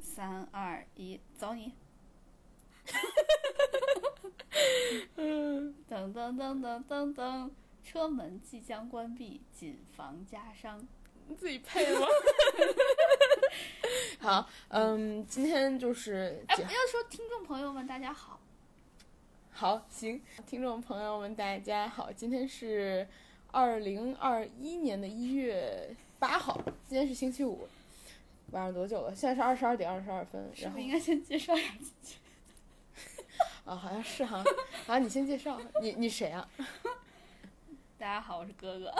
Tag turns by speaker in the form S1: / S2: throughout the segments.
S1: 三二一，走 你！噔噔噔噔噔噔，车门即将关闭，谨防夹伤。
S2: 你自己配吗？ 好，嗯，今天就是
S1: 哎，
S2: 这
S1: 不
S2: 样
S1: 要说听众朋友们，大家好，
S2: 好行，听众朋友们，大家好，今天是二零二一年的一月八号，今天是星期五，晚上多久了？现在是二十二点二十二分，
S1: 是
S2: 然
S1: 不
S2: 后
S1: 是应该先介绍一下自己？
S2: 啊，好像是哈，啊，你先介绍，你你谁啊？
S1: 大家好，我是哥 哥。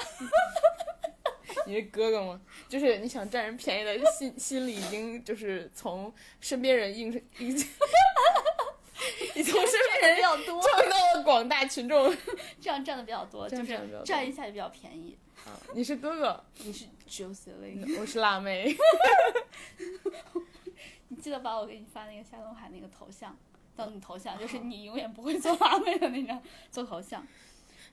S2: 你是哥哥吗？就是你想占人便宜的心心里已经就是从身边人映映， 你从身边人
S1: 比较多，啊
S2: 冲到了广大群众。
S1: 这样占的比较多，
S2: 这
S1: 就
S2: 样占得比较
S1: 是
S2: 多
S1: 占一下也比较便宜。
S2: 啊你是哥哥，
S1: 你是 Joseline，
S2: 我是辣妹。
S1: 你记得把我给你发那个夏东海那个头像当你头
S2: 哦
S1: 像，就是你永远不会做辣妹的那张做头像。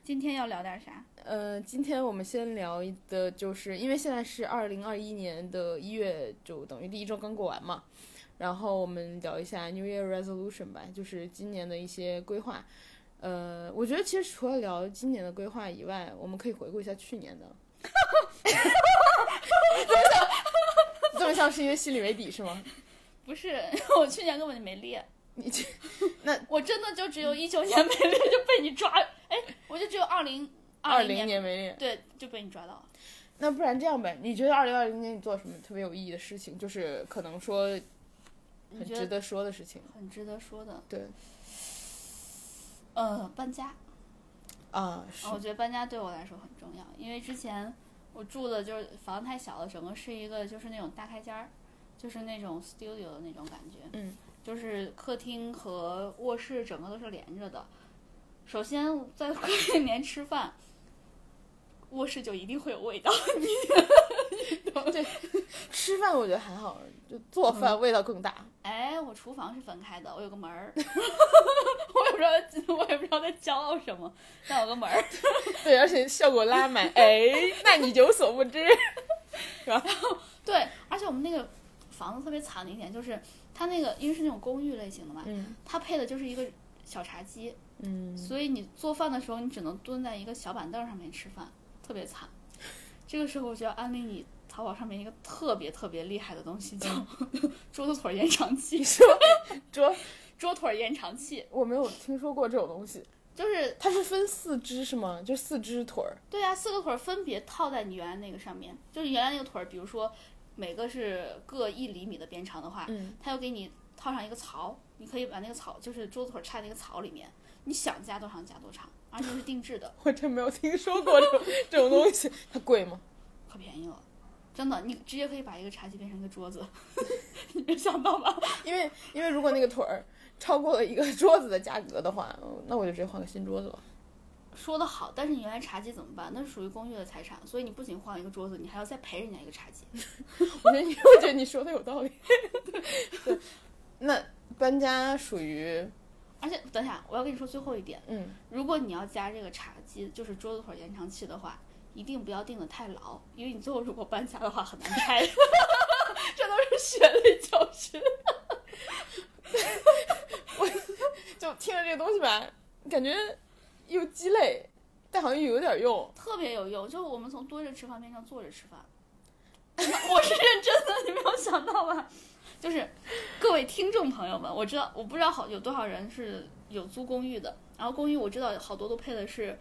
S1: 今天要聊点啥？
S2: 呃，今天我们先聊的就是，因为现在是二零二一年的一月，就等于第一周刚过完嘛。然后我们聊一下 New Year Resolution 吧，就是今年的一些规划。呃，我觉得其实除了聊今年的规划以外，我们可以回顾一下去年的。这么像， 这么像是因为心里没底是吗？
S1: 不是， 我去年根本就没列，
S2: 你这
S1: 我真的就只有一九年没列就被你抓，哎，我就只有二零
S2: 二
S1: 零
S2: 零年没练，
S1: 对就被你抓到了。
S2: 那不然这样呗？你觉得二零二零年你做了什么特别有意义的事情？就是可能说
S1: 你
S2: 很
S1: 觉
S2: 值
S1: 得
S2: 得说的事情。
S1: 很值得说的？
S2: 对
S1: 呃，搬家，
S2: 啊，是
S1: 啊，我觉得搬家对我来说很重要，因为之前我住的就是房子太小了，整个是一个就是那种大开间儿，就是那种 studio 的那种感觉。
S2: 嗯，
S1: 就是客厅和卧室整个都是连着的。首先在 过年年吃饭，卧室就一定会有味道。
S2: 吃饭，我觉得还好，就做饭味道更大。
S1: 哎，我厨房是分开的，我有个门 儿，我也不知道， 我也不知道在骄傲什么，但有个门儿。
S2: 对，而且效果拉 满。哎，那你有所不知，
S1: 对，而且我们那个房子特别惨的一点就是，它那个因为是那种公寓类型的嘛，
S2: 嗯
S1: 它配的就是一个小茶几，
S2: 嗯，
S1: 所以你做饭的时候，你只能蹲在一个小板凳上面吃饭，特别惨。这个时候，我就要安利你淘宝上面一个特别特别厉害的东西，叫
S2: 嗯
S1: 桌子腿儿延长器。
S2: 这
S1: 桌腿儿延长器
S2: 我没有听说过这种东西。
S1: 就是
S2: 它是分四肢是吗？就四肢腿儿。
S1: 对啊，四个腿儿分别套在你原来那个上面，就是原来那个腿儿，比如说每个是各一厘米的边长的话，
S2: 嗯，
S1: 它又给你套上一个槽，你可以把那个槽就是桌子腿儿插在那个槽里面，你想加多长加多长，而且是定制的。
S2: 我真没有听说过这种这种东西。它贵吗？
S1: 可便宜了，真的，你直接可以把一个茶几变成一个桌子， 你没想到吧？
S2: 因为因为如果那个腿儿超过了一个桌子的价格的话，那我就直接换个新桌子吧。
S1: 说的好，但是你原来茶几怎么办？那是属于公寓的财产，所以你不仅换一个桌子，你还要再赔人家一个茶几。
S2: 我觉得你，我觉得你说的有道理。 对，那搬家属于
S1: 而且，等一下我要跟你说最后一点，
S2: 嗯，
S1: 如果你要加这个茶几，就是桌子腿儿延长器的话，一定不要定的太牢，因为你最后如果搬家的话很 难拆。这都是血泪教训。
S2: 就听着这个东西吧，感觉又鸡肋，但好像又有点用。
S1: 特别有用，就是我们从蹲着吃饭变成坐着吃饭。我是认真的，你没有想到吧？就是各位听众朋友们，我知道我不知道好有多少人是有租公寓的，然后公寓我知道好多都配的是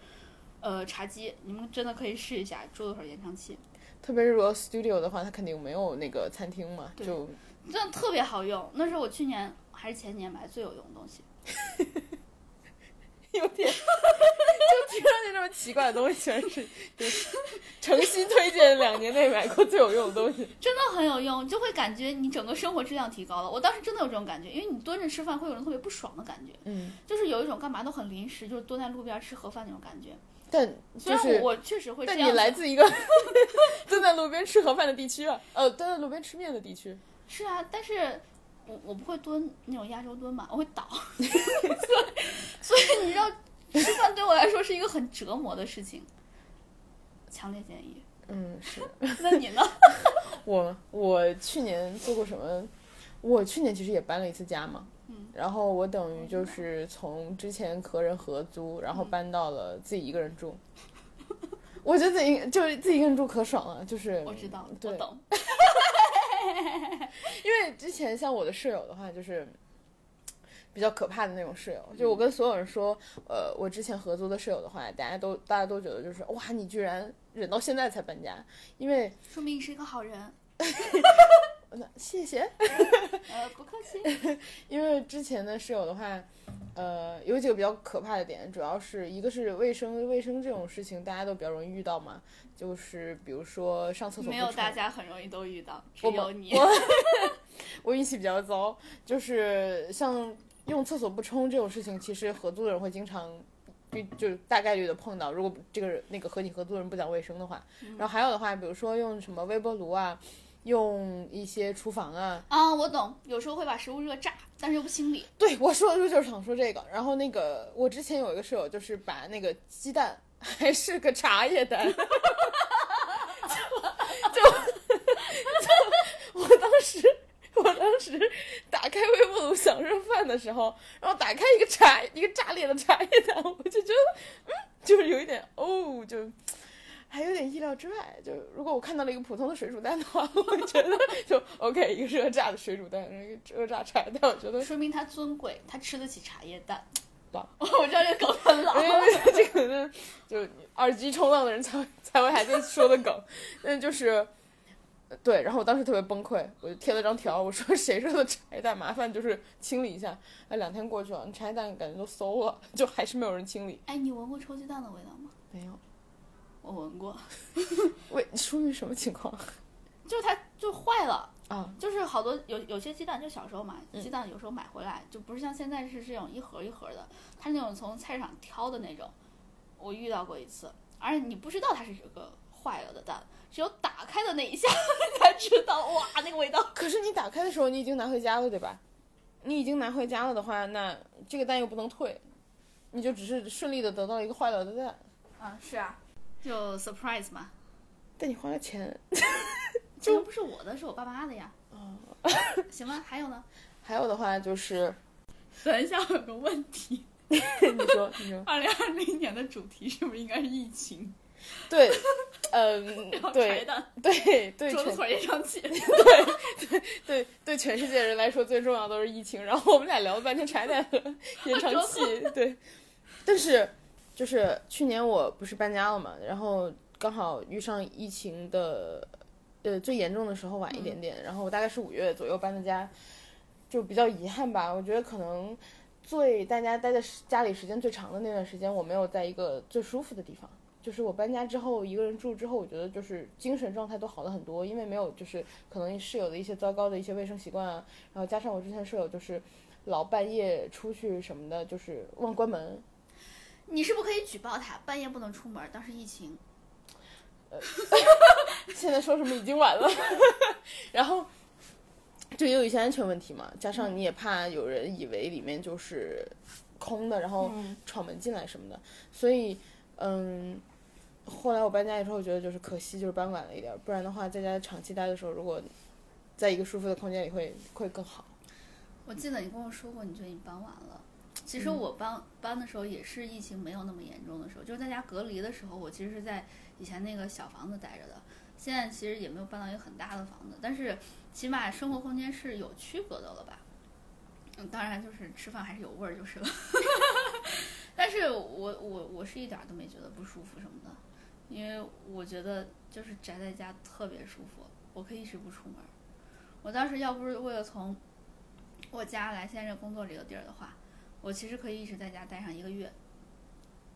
S1: 呃茶几，你们真的可以试一下桌子腿延长器，
S2: 特别是如果 studio 的话，它肯定没有那个餐厅嘛，
S1: 对
S2: 就
S1: 真的特别好用。那是我去年还是前年买的最有用的东西。
S2: 有点就听上去这么奇怪的东西，全是就是诚心推荐两年内买过最有用的东西。
S1: 真的很有用，就会感觉你整个生活质量提高了。我当时真的有这种感觉，因为你蹲着吃饭会有人特别不爽的感觉，
S2: 嗯，
S1: 就是有一种干嘛都很临时，就是蹲在路边吃盒饭那种感觉。
S2: 但
S1: 虽
S2: 就
S1: 然
S2: 是
S1: 我我确实会这
S2: 但
S1: 样
S2: 你
S1: 子，
S2: 来自一个 蹲在路边吃盒饭的地区啊，呃，蹲在路边吃面的地区。
S1: 是啊，但是我我不会蹲那种压轴蹲嘛，我会 倒，所以所以你知道，吃饭对我来说是一个很折磨的事情，强烈建议。
S2: 嗯，是。
S1: 那你呢？
S2: 我我去年做过什么？我去年其实也搬了一次家嘛，
S1: 嗯，
S2: 然后我等于就是从之前和人合租，然后
S1: 嗯
S2: 搬到了自己一个人住。我觉得自己就是自己一个人住可爽了，就是
S1: 我知道，我
S2: 对，
S1: 懂，
S2: 因为之前像我的室友的话，就是比较可怕的那种室友。就
S1: 嗯
S2: 我跟所有人说，呃，我之前合租的室友的话，大家都大家都觉得就是哇，你居然忍到现在才搬家，因为
S1: 说明你是一个好人。
S2: 那谢谢，
S1: 呃，不客 气。
S2: 因为之前的室友的话，呃，有几个比较可怕的点，主要是一个是卫生，卫生这种事情大家都比较容易遇到嘛，就是比如说上厕所
S1: 没
S2: 不
S1: 有
S2: 冲
S1: 大家很容易都遇到，只
S2: 我
S1: 有
S2: 们
S1: 你。
S2: 我我运气比较糟，就是像用厕所不冲这种事情，其实合租的人会经常。就就大概率的碰到，如果这个人那个和你合租的人不讲卫生的话，
S1: 嗯
S2: 然后还有的话，比如说用什么微波炉啊，用一些厨房啊，
S1: 啊，我懂，有时候会把食物热炸，但是又不清理。
S2: 对我说的就是想说这个。然后那个我之前有一个室友，就是把那个鸡蛋 还是个茶叶蛋， 就就就我当时。我当时打开微波炉想热饭的时候，然后打开一个茶一个炸裂的茶叶蛋，我就觉得，嗯，就是有一点哦，就还有点意料之外。就如果我看到了一个普通的水煮蛋的话，我会觉得就 OK，一个热炸的水煮蛋，然后一个热炸茶叶蛋，我觉得
S1: 说明他尊贵，他吃得起茶叶蛋。
S2: 哇
S1: 我知道这个梗很老。
S2: 因为这个呢，就是你耳机冲浪的人才会才会还在说的梗，但就是。呃对，然后我当时特别崩溃，我就贴了张条，我说谁说的茶叶蛋，麻烦就是清理一下。哎，两天过去了，茶叶蛋感觉都馊了，就还是没有人清理。
S1: 哎，你闻过臭鸡蛋的味道吗？
S2: 没有，
S1: 我闻过，
S2: 喂，出于什么情况
S1: 就是它就坏了。
S2: 啊？
S1: 就是好多有有些鸡蛋，就小时候买
S2: 嗯
S1: 鸡蛋，有时候买回来、就不是像现在是这种一盒一盒的，它是那种从菜市场挑的那种。我遇到过一次，而且你不知道它是这个坏了的蛋，只有打开的那一下 你才知道，哇，那个味道。
S2: 可是你打开的时候，你已经拿回家了，对吧？你已经拿回家了的话，那这个蛋又不能退，你就只是顺利的得到了一个坏了的蛋，
S1: 啊，是啊，就 surprise 嘛，
S2: 但你花了钱。
S1: 这个不是我的，是我爸妈的呀。
S2: 哦，
S1: 行吧，还有呢？
S2: 还有的话就是，
S1: 等一下，我有个问题，
S2: 你说，你说。
S1: 二零二零年的主题是不是应该是疫情？
S2: 对， 嗯
S1: 然后，柴
S2: 对
S1: 蛋、
S2: 对对
S1: 桌子
S2: 全
S1: 腿也上去。
S2: 对对全世界人来说最重要都是疫情。然后我们俩聊了半 天柴蛋和延长器，对。但是就是去年我不是搬家了嘛，然后刚好遇上疫情的，呃，最严重的时候晚一
S1: 嗯
S2: 点点。然后我大概是五月左右搬的家，就比较遗憾吧。我觉得可能最大家待在时家里时间最长的那段时间，我没有在一个最舒服的地方。就是我搬家之后，一个人住之后，我觉得就是精神状态都好了很多，因为没有就是可能室友的一些糟糕的一些卫生习惯啊，然后加上我之前室友就是老半夜出去什么的，就是忘关门，
S1: 你是不可以举报他，半夜不能出门，当时疫情。
S2: 现在说什么已经晚了， 然后就也有一些安全问题嘛，加
S1: 嗯
S2: 上你也怕有人以为里面就是空的，然后
S1: 嗯
S2: 闯门进来什么的，所以嗯，后来我搬家以后，我觉得就是可惜，就是搬晚了一点儿，不然的话，在家长期待的时候，如果在一个舒服的空间里会会更好。
S1: 我记得你跟我说过，你觉得你搬晚了。其实我搬、搬的时候也是疫情没有那么严重的时候，就是在家隔离的时候，我其实是在以前那个小房子待着的。现在其实也没有搬到一个很大的房子，但是起码生活空间是有区隔的了吧？嗯，当然就是吃饭还是有味儿就是了。 但是我我我是一点儿都没觉得不舒服什么的，因为我觉得就是宅在家特别舒服，我可以一直不出门儿。我当时要不是为了从我家来现在这工作这个地儿的话，我其实可以一直在家待上一个月。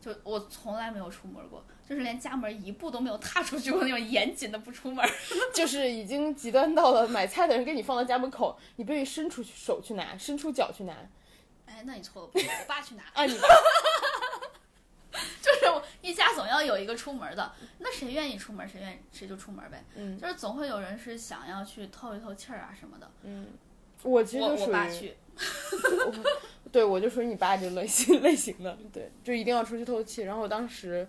S1: 就我从来没有出门过，就是连家门一步都没有踏出去过那种严谨的不出门。
S2: 就是已经极端到了买菜的人给你放到家门口，你必须伸出手去拿，伸出脚去拿。
S1: 哎，那你错了，不是我爸去拿，
S2: 啊，你
S1: 就是我一家总要有一个出门的，那谁愿意出门，谁愿意谁就出门呗。
S2: 嗯
S1: 就是总会有人是想要去透一透气儿啊什么的。
S2: 嗯，我其实
S1: 我
S2: 就属
S1: 我
S2: 于
S1: 爸去，
S2: 对我就属于你爸这类型 类型的，对，就一定要出去透气。然后我当时，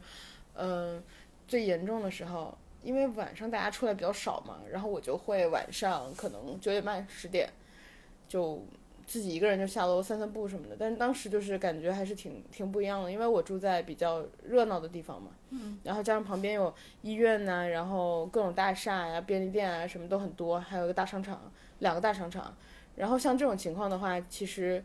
S2: 嗯、最严重的时候，因为晚上大家出来比较少嘛，然后我就会晚上可能九点半十点，就自己一个人就下楼散散步什么的。但是当时就是感觉还是挺挺不一样的，因为我住在比较热闹的地方嘛，嗯，然后加上旁边有医院呐、然后各种大厦呀、便利店啊什么都很多，还有一个大商场，两个大商场。然后像这种情况的话，其实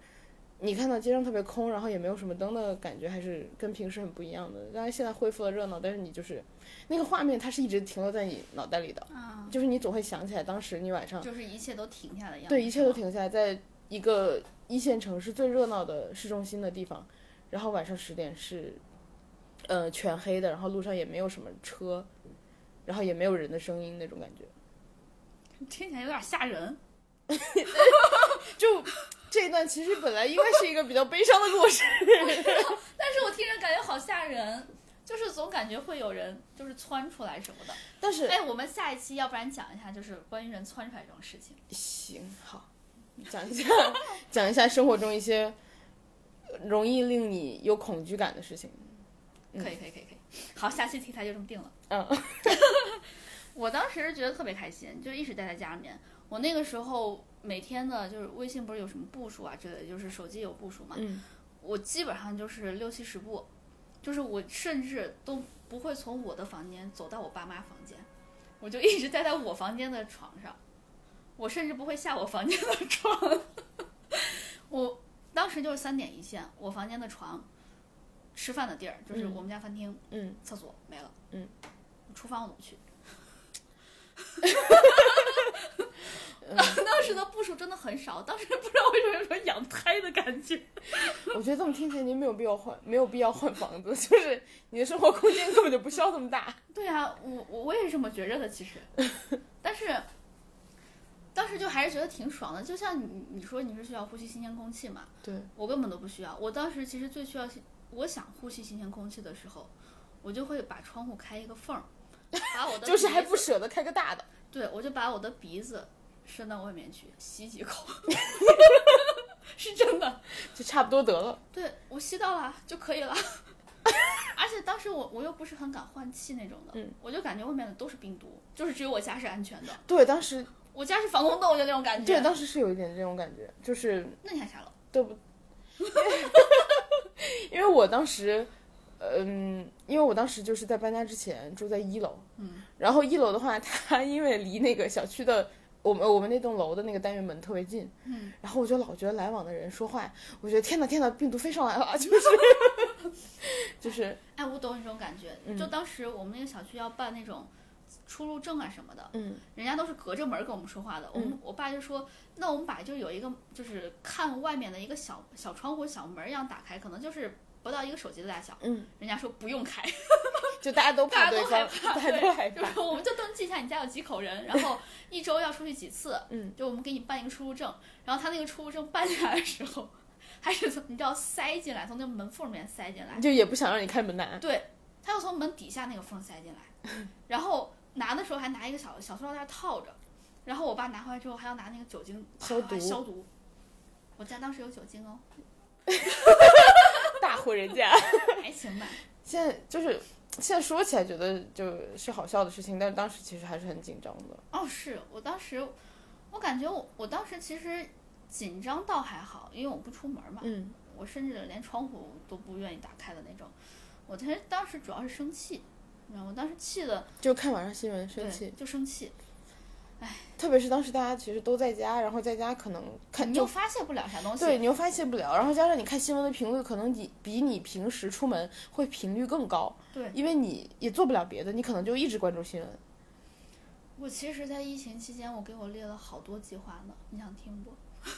S2: 你看到街上特别空，然后也没有什么灯的感觉，还是跟平时很不一样的。当然现在恢复了热闹，但是你就是那个画面，它是一直停留在你脑袋里的，
S1: 啊，
S2: 就是你总会想起来当时你晚上
S1: 就是一切都停下的样子。
S2: 嗯对一切都
S1: 是吧。
S2: 停下来，在一个一线城市最热闹的市中心的地方，然后晚上十点是呃全黑的，然后路上也没有什么车，然后也没有人的声音那种感觉。
S1: 听起来有点吓人。
S2: 就这一段其实本来应该是一个比较悲伤的故事，
S1: 但是我听着感觉好吓人，就是总感觉会有人就是窜出来什么的。
S2: 但是
S1: 哎，我们下一期要不然讲一下，就是关于人窜出来这种事情。
S2: 行，好，讲一下 讲一下生活中一些容易令你有恐惧感的事情。嗯
S1: 可以，可以，可以，可以。好，下期题材就这么定了。
S2: 嗯，
S1: 我当时觉得特别开心，就一直待在家里面。我那个时候每天的，就是微信不是有什么步数啊之类的，就是手机有步数嘛。
S2: 嗯
S1: 我基本上就是六七十步，就是我甚至都不会从我的房间走到我爸妈房间，我就一直待在我房间的床上，我甚至不会下我房间的床。 我当时就是三点一线，我房间的床，吃饭的地儿就是
S2: 嗯
S1: 我们家饭厅，
S2: 嗯，
S1: 厕所没了，
S2: 嗯，
S1: 厨房我怎么 去？当时的步数真的很少，当时不知道为什么有种养胎的感觉。
S2: 我觉得这么听起来您没有必要换，没有必要换房子，就是你的生活空间根本就不需要这么大。
S1: 对啊，我我我也是这么觉着的，其实， 但是当时就还是觉得挺爽的。就像你你说你是需要呼吸新鲜空气嘛，
S2: 对，
S1: 我根本都不需要。我当时其实最需要新，我想呼吸新鲜空气的时候，我就会把窗户开一个缝儿，把 我的
S2: 就是还
S1: 鼻
S2: 不舍得开个大的。
S1: 对，我就把我的鼻子伸到外面去吸几 口，是真的。
S2: 就差不多得了，
S1: 对我吸到了就可以了。 而且当时我我又不是很敢换气那种的，
S2: 嗯
S1: 我就感觉外面的都是病毒，就是只有我家是安全的，
S2: 对，当时
S1: 我家是防空洞，就那种感觉。
S2: 对，当时是有一点这种感觉，就是
S1: 那你还下楼？
S2: 对不？ 因为我当时，嗯，因为我当时就是在搬家之前住在一楼，
S1: 嗯，
S2: 然后一楼的话，它 因为离那个小区的我们我们那栋楼的那个单元门特别近，
S1: 嗯，
S2: 然后我就老觉得来往的人说话，我觉得天呐天呐，病毒飞上来了，就是 就是
S1: 哎，我懂你这种感觉。
S2: 嗯
S1: 就当时我们那个小区要办那种出入证啊什么的，
S2: 嗯
S1: 人家都是隔着门跟我们说话的。我们我爸就说，那我们把就有一个就是看外面的一个小小窗户、小门儿一样打开，可能就是不到一个手机的大小。
S2: 嗯，
S1: 人家说不用开，
S2: 就大家都
S1: 大家
S2: 怕对
S1: 都 害怕，
S2: 方，大家
S1: 对，
S2: 都害
S1: 就
S2: 怕，
S1: 是我们就登记一下你家有几口人，然后一周要出去几次，
S2: 嗯，
S1: 就我们给你办一个出入证，然后他那个出入证办下来的时候，还是从你知道塞进来，从那个门缝里面塞进来，
S2: 就也不想让你开门呐，
S1: 对，他又从门底下那个缝塞进来， 然后拿的时候还拿一个小小塑料袋套着，然后我爸拿回来之后还要拿那个酒精啪
S2: 消毒
S1: 消毒，我家当时有酒精 哦，
S2: 大户人家。
S1: 还行吧，
S2: 现在就是现在说起来觉得就是好笑的事情，但是当时其实还是很紧张的。
S1: 哦，是我当时，我感觉我我当时其实紧张倒还好，因为我不出门嘛，
S2: 嗯，
S1: 我甚至连窗户都不愿意打开的那种。我其实当时主要是生气，你知道吗，我当时气的，
S2: 就看晚上新闻生
S1: 对
S2: 气，
S1: 就生气，
S2: 特别是当时大家其实都在家，然后在家可能看
S1: 你又
S2: 就
S1: 发泄不了啥东西，
S2: 对，你又发泄不了，然后加上你看新闻的频率，可能你比你平时出门会频率更高，
S1: 对
S2: 因为你也做不了别的，你可能就一直关注新闻。
S1: 我其实，在疫情期间，我给我列了好多计划呢，你想听不？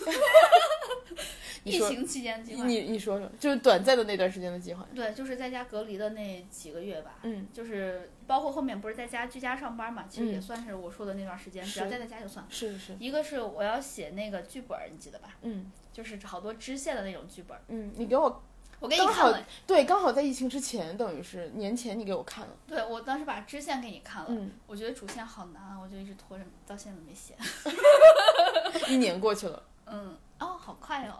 S2: 你
S1: 疫
S2: 说
S1: 情期间计划，
S2: 你你说说，就是短暂的那段时间的计划。
S1: 对，就是在家隔离的那几个月吧，
S2: 嗯，
S1: 就是包括后面不是在家居家上班嘛，其实也
S2: 嗯
S1: 算是我说的那段时间，只要
S2: 是
S1: 待在家就算。
S2: 是是，
S1: 一个是我要写那个剧本儿，你记得吧？
S2: 嗯
S1: 就是好多支线的那种剧本儿。
S2: 嗯，你给我
S1: 我给你
S2: 刚
S1: 看
S2: 好
S1: 了，
S2: 对，刚好在疫情之前，等于是年前你给我看了，
S1: 对我当时把支线给你看了，
S2: 嗯，
S1: 我觉得主线好难啊，我就一直拖着，到现在都没写。
S2: 一年过去了。
S1: 嗯，哦，好快哦，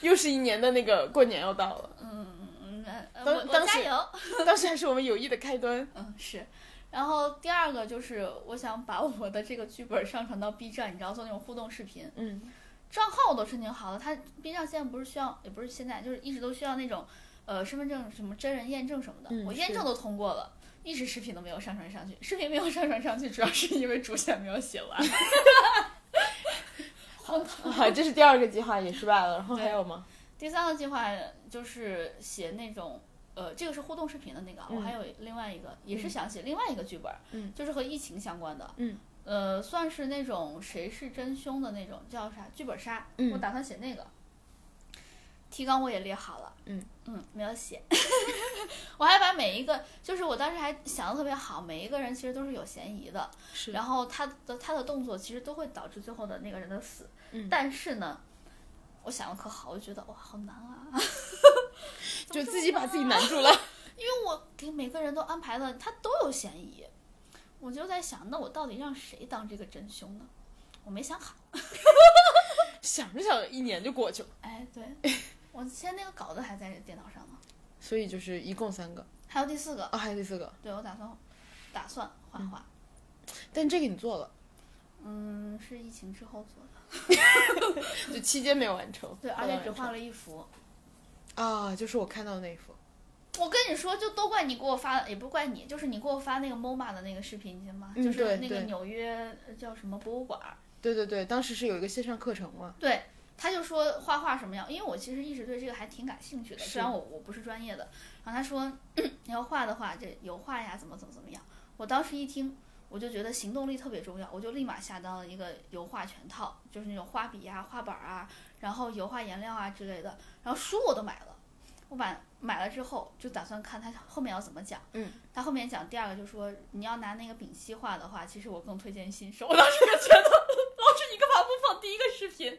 S2: 又是一年的那个过年要到了，
S1: 嗯，呃
S2: 当
S1: 我我
S2: 当
S1: 加
S2: 时
S1: 油。
S2: 当时还是我们友谊的开端。
S1: 嗯，是。然后第二个就是，我想把我的这个剧本上传到 B 站，你知道做那种互动视频。
S2: 嗯，
S1: 正我都申请好了，他边上现在不是需要，也不是现在，就是一直都需要那种呃身份证什么真人验证什么的，
S2: 嗯
S1: 我验
S2: 是
S1: 证都通过了。一直视频都没有上传上去，视频没有上传上去，主要是因为主线没有写完。
S2: 啊，这是第二个计划也失败了，然后还有吗？
S1: 第三个计划就是写那种，呃，这个是互动视频的那个啊，
S2: 嗯
S1: 我还有另外一个，也是想写另外一个剧本，
S2: 嗯
S1: 就是和疫情相关的，
S2: 嗯，
S1: 呃，算是那种谁是真凶的那种，叫啥剧本杀，
S2: 嗯
S1: 我打算写那个。提纲我也列好了，
S2: 嗯
S1: 嗯，没有写， 我还把每一个，就是我当时还想的特别好，每一个人其实都是有嫌疑的，
S2: 是
S1: 然后他的他的动作其实都会导致最后的那个人的死。
S2: 嗯
S1: 但是呢，我想了可好，我就觉得哇，好难啊！怎么
S2: 就
S1: 这
S2: 自
S1: 么啊
S2: 己把自己难住了。
S1: 因为我给每个人都安排了，他都有嫌疑，我就在想，那我到底让谁当这个真凶呢？我没想好。
S2: 想着想着，一年就过去了。
S1: 哎， 对，我现在那个稿子还在电脑上呢，
S2: 所以就是一共三个
S1: 还有第四个，
S2: 啊，还有第四个，
S1: 对我打算打算画画，
S2: 但这个你做了，
S1: 嗯，是疫情之后做的，
S2: 就期间没有完成。
S1: 对，而且只画了一幅。
S2: 啊，就是我看到的那一幅。
S1: 我跟你说，就都怪你给我发，也不怪你，就是你给我发那个 MoMA 的那个视频，你信吗？
S2: 嗯
S1: 就是
S2: 对
S1: 那个
S2: 对
S1: 纽约呃叫什么博物馆儿，
S2: 对对对，当时是有一个线上课程嘛，
S1: 对，他就说画画什么样，因为我其实一直对这个还挺感兴趣的，
S2: 是
S1: 虽然我我不是专业的。然后他说 你要画的话，这油画呀，怎么怎么怎么样。我当时一听，我就觉得行动力特别重要，我就立马下单了一个油画全套，就是那种画笔啊、画板啊，然后油画颜料啊之类的。然后书我都买了，我把买了之后就打算看他后面要怎么讲。
S2: 嗯，
S1: 他后面讲第二个就说你要拿那个丙烯画的话，其实我更推荐新手。我当时就觉得 老师你干嘛不放第一个视频？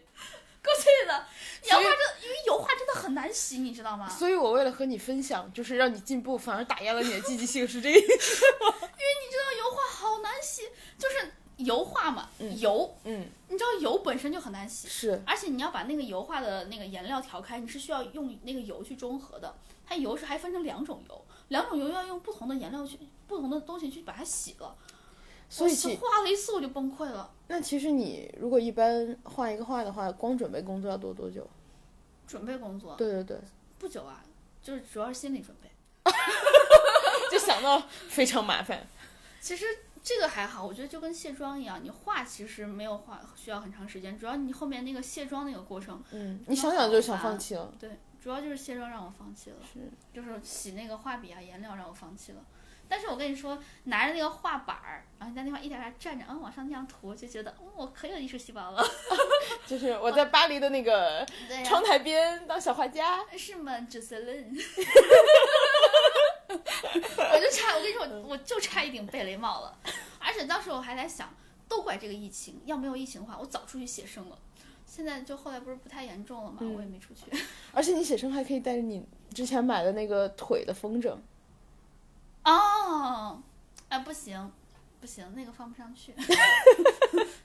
S1: 够气的，油
S2: 所
S1: 画
S2: 以
S1: 真因为油画真的很难洗，你知道吗？
S2: 所以我为了和你分享，就是让你进步，反而打压了你的积极性，是这个意思。
S1: 油画好难洗，就是油画嘛，
S2: 嗯
S1: 油，
S2: 嗯，
S1: 你知道油本身就很难洗，
S2: 是，
S1: 而且你要把那个油画的那个颜料调开，你是需要用那个油去中和的。它油是还分成两种油，两种油要用不同的颜料去、不同的东西去把它洗了。
S2: 所以
S1: 我
S2: 其
S1: 画了一次我就崩溃了，
S2: 那其实你如果一般画一个画的话，光准备工作要多多久？
S1: 准备工作
S2: 对对对，
S1: 不久啊，就是主要是心理准备。
S2: 就想到非常麻烦。
S1: 其实这个还好，我觉得就跟卸妆一样，你画其实没有画需要很长时间，主要你后面那个卸妆那个过程，
S2: 嗯，你想想就想放弃了。
S1: 对，主要就是卸妆让我放弃了，
S2: 是
S1: 就是洗那个画笔啊、颜料让我放弃了。但是我跟你说，拿着那个画板儿，然后在那块一点点站着，嗯，往上那样涂，就觉得，嗯，我可有艺术细胞了。
S2: 嗯就是我在巴黎的那个
S1: 对 呀、
S2: 窗台边当小画家，
S1: 是吗 j u s e l i n 我就差，我跟你说，我我就差一顶贝雷帽了。而且当时我还在想，都怪这个疫情，要没有疫情的话，我早出去写生了。现在就后来不是不太严重了嘛，
S2: 嗯
S1: 我也没出去。
S2: 而且你写生还可以带着你之前买的那个腿的风筝。
S1: 哦，哎，不行，不行，那个放不上 去。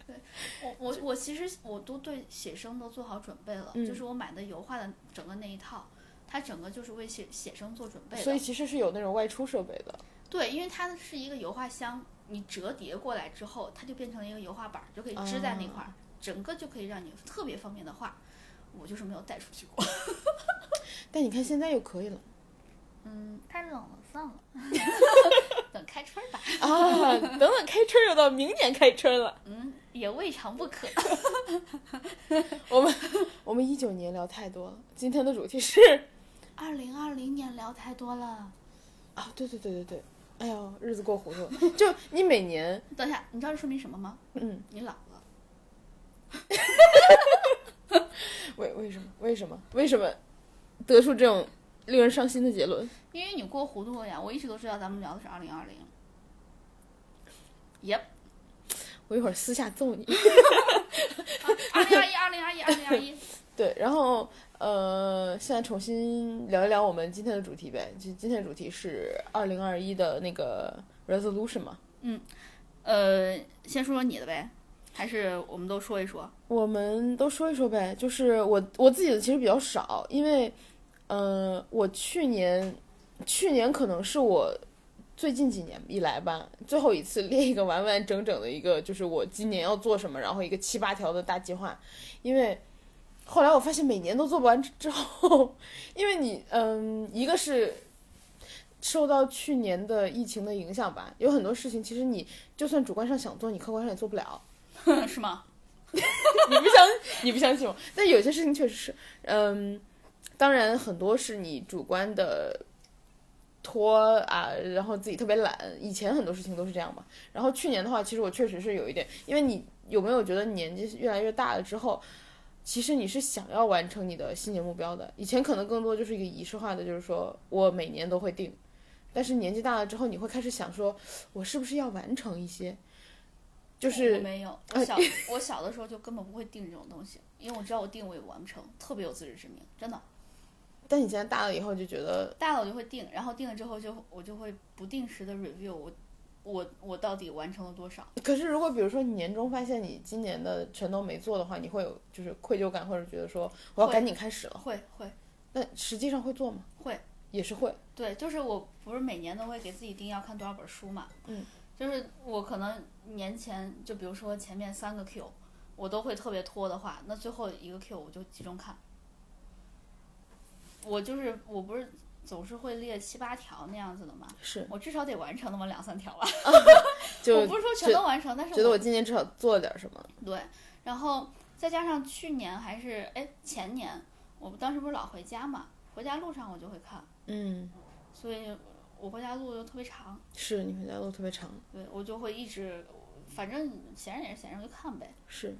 S1: 对我我我其实我都对写生都做好准备了，
S2: 嗯
S1: 就是我买的油画的整个那一套，它整个就是为写写生做准备
S2: 所以
S1: 的。
S2: 其实是有那种外出设备的。
S1: 对，因为它是一个油画箱，你折叠过来之后，它就变成了一个油画板儿，就可以支在那块儿，整个就可以让你特别方便的画。我就是没有带出去过。
S2: 但你看现在又可以了
S1: 嗯，太冷了，算了， 等开春儿吧。
S2: 啊！等等开春儿又到明年开春了，
S1: 嗯，也未尝不可。
S2: 我们一九年聊太多了，今天的主题是
S1: 二零二零年聊太多了。
S2: 啊，对对对对对，哎呦，日子过糊涂了。就你每年，
S1: 等一下，你知道这说明什么吗？
S2: 嗯，
S1: 你老了。
S2: 为为什么为什么为什么得出这种令人伤心的结论？
S1: 因为你过糊涂了呀，我一直都知道咱们聊的是二零二零。Yep，
S2: 我一会儿私下揍你。
S1: 二零二一，二零二一，二零二一。
S2: 对，然后呃，现在重新聊一聊我们今天的主题呗。就今天的主题是二零二一的那个 resolution 嘛。
S1: 呃，先说说你的呗，还是我们都说一说？
S2: 我们都说一说呗，就是我我自己的其实比较少，因为，嗯、我去年去年可能是我最近几年以来吧，最后一次列一个完完整整的一个，就是我今年要做什么，然后一个七八条的大计划，因为后来我发现每年都做不完之之后，因为你，嗯，一个是受到去年的疫情的影响吧，有很多事情其实你就算主观上想做，你客观上也做不了。
S1: 是吗？
S2: 你不相你不相信我，但有些事情确实是，嗯，当然很多是你主观的拖啊，然后自己特别懒。以前很多事情都是这样嘛。然后去年的话，其实我确实是有一点，因为你有没有觉得你年纪越来越大了之后，其实你是想要完成你的新年目标的。以前可能更多就是一个仪式化的，就是说我每年都会定，但是年纪大了之后，你会开始想说，我是不是要完成一些，就
S1: 我
S2: 是
S1: 没有，我小我小的时候就根本不会定这种东西，因为我知道我定我也完不成，特别有自知之明，真的。
S2: 但你现在大了以后就觉得
S1: 大了我就会定，然后定了之后就我就会不定时的 review 我我我到底完成了多少。
S2: 可是，如果比如说你年终发现你今年的全都没做的话，你会有就是愧疚感，或者觉得说我要
S1: 会
S2: 赶紧开始了。
S1: 会会
S2: 那实际上会做吗？
S1: 会，
S2: 也是会。
S1: 对，就是我不是每年都会给自己定要看多少本书嘛，
S2: 嗯，
S1: 就是我可能年前就比如说前面三个 Q 我都会特别拖的话，那最后一个 Q 我就集中看。我就是我不是总是会列七八条那样子的嘛，
S2: 是，
S1: 我至少得完成那么两三条吧。
S2: 就
S1: 我不是说全都完成，但是
S2: 觉得我今年至少做了点什么。
S1: 对，然后再加上去年还是哎前年，我当时不是老回家嘛，回家路上我就会看，
S2: 嗯，
S1: 所以我回家路就特别长，
S2: 是你回家路特别长。
S1: 对我就会一直，反正闲着也是闲着我就看呗。
S2: 是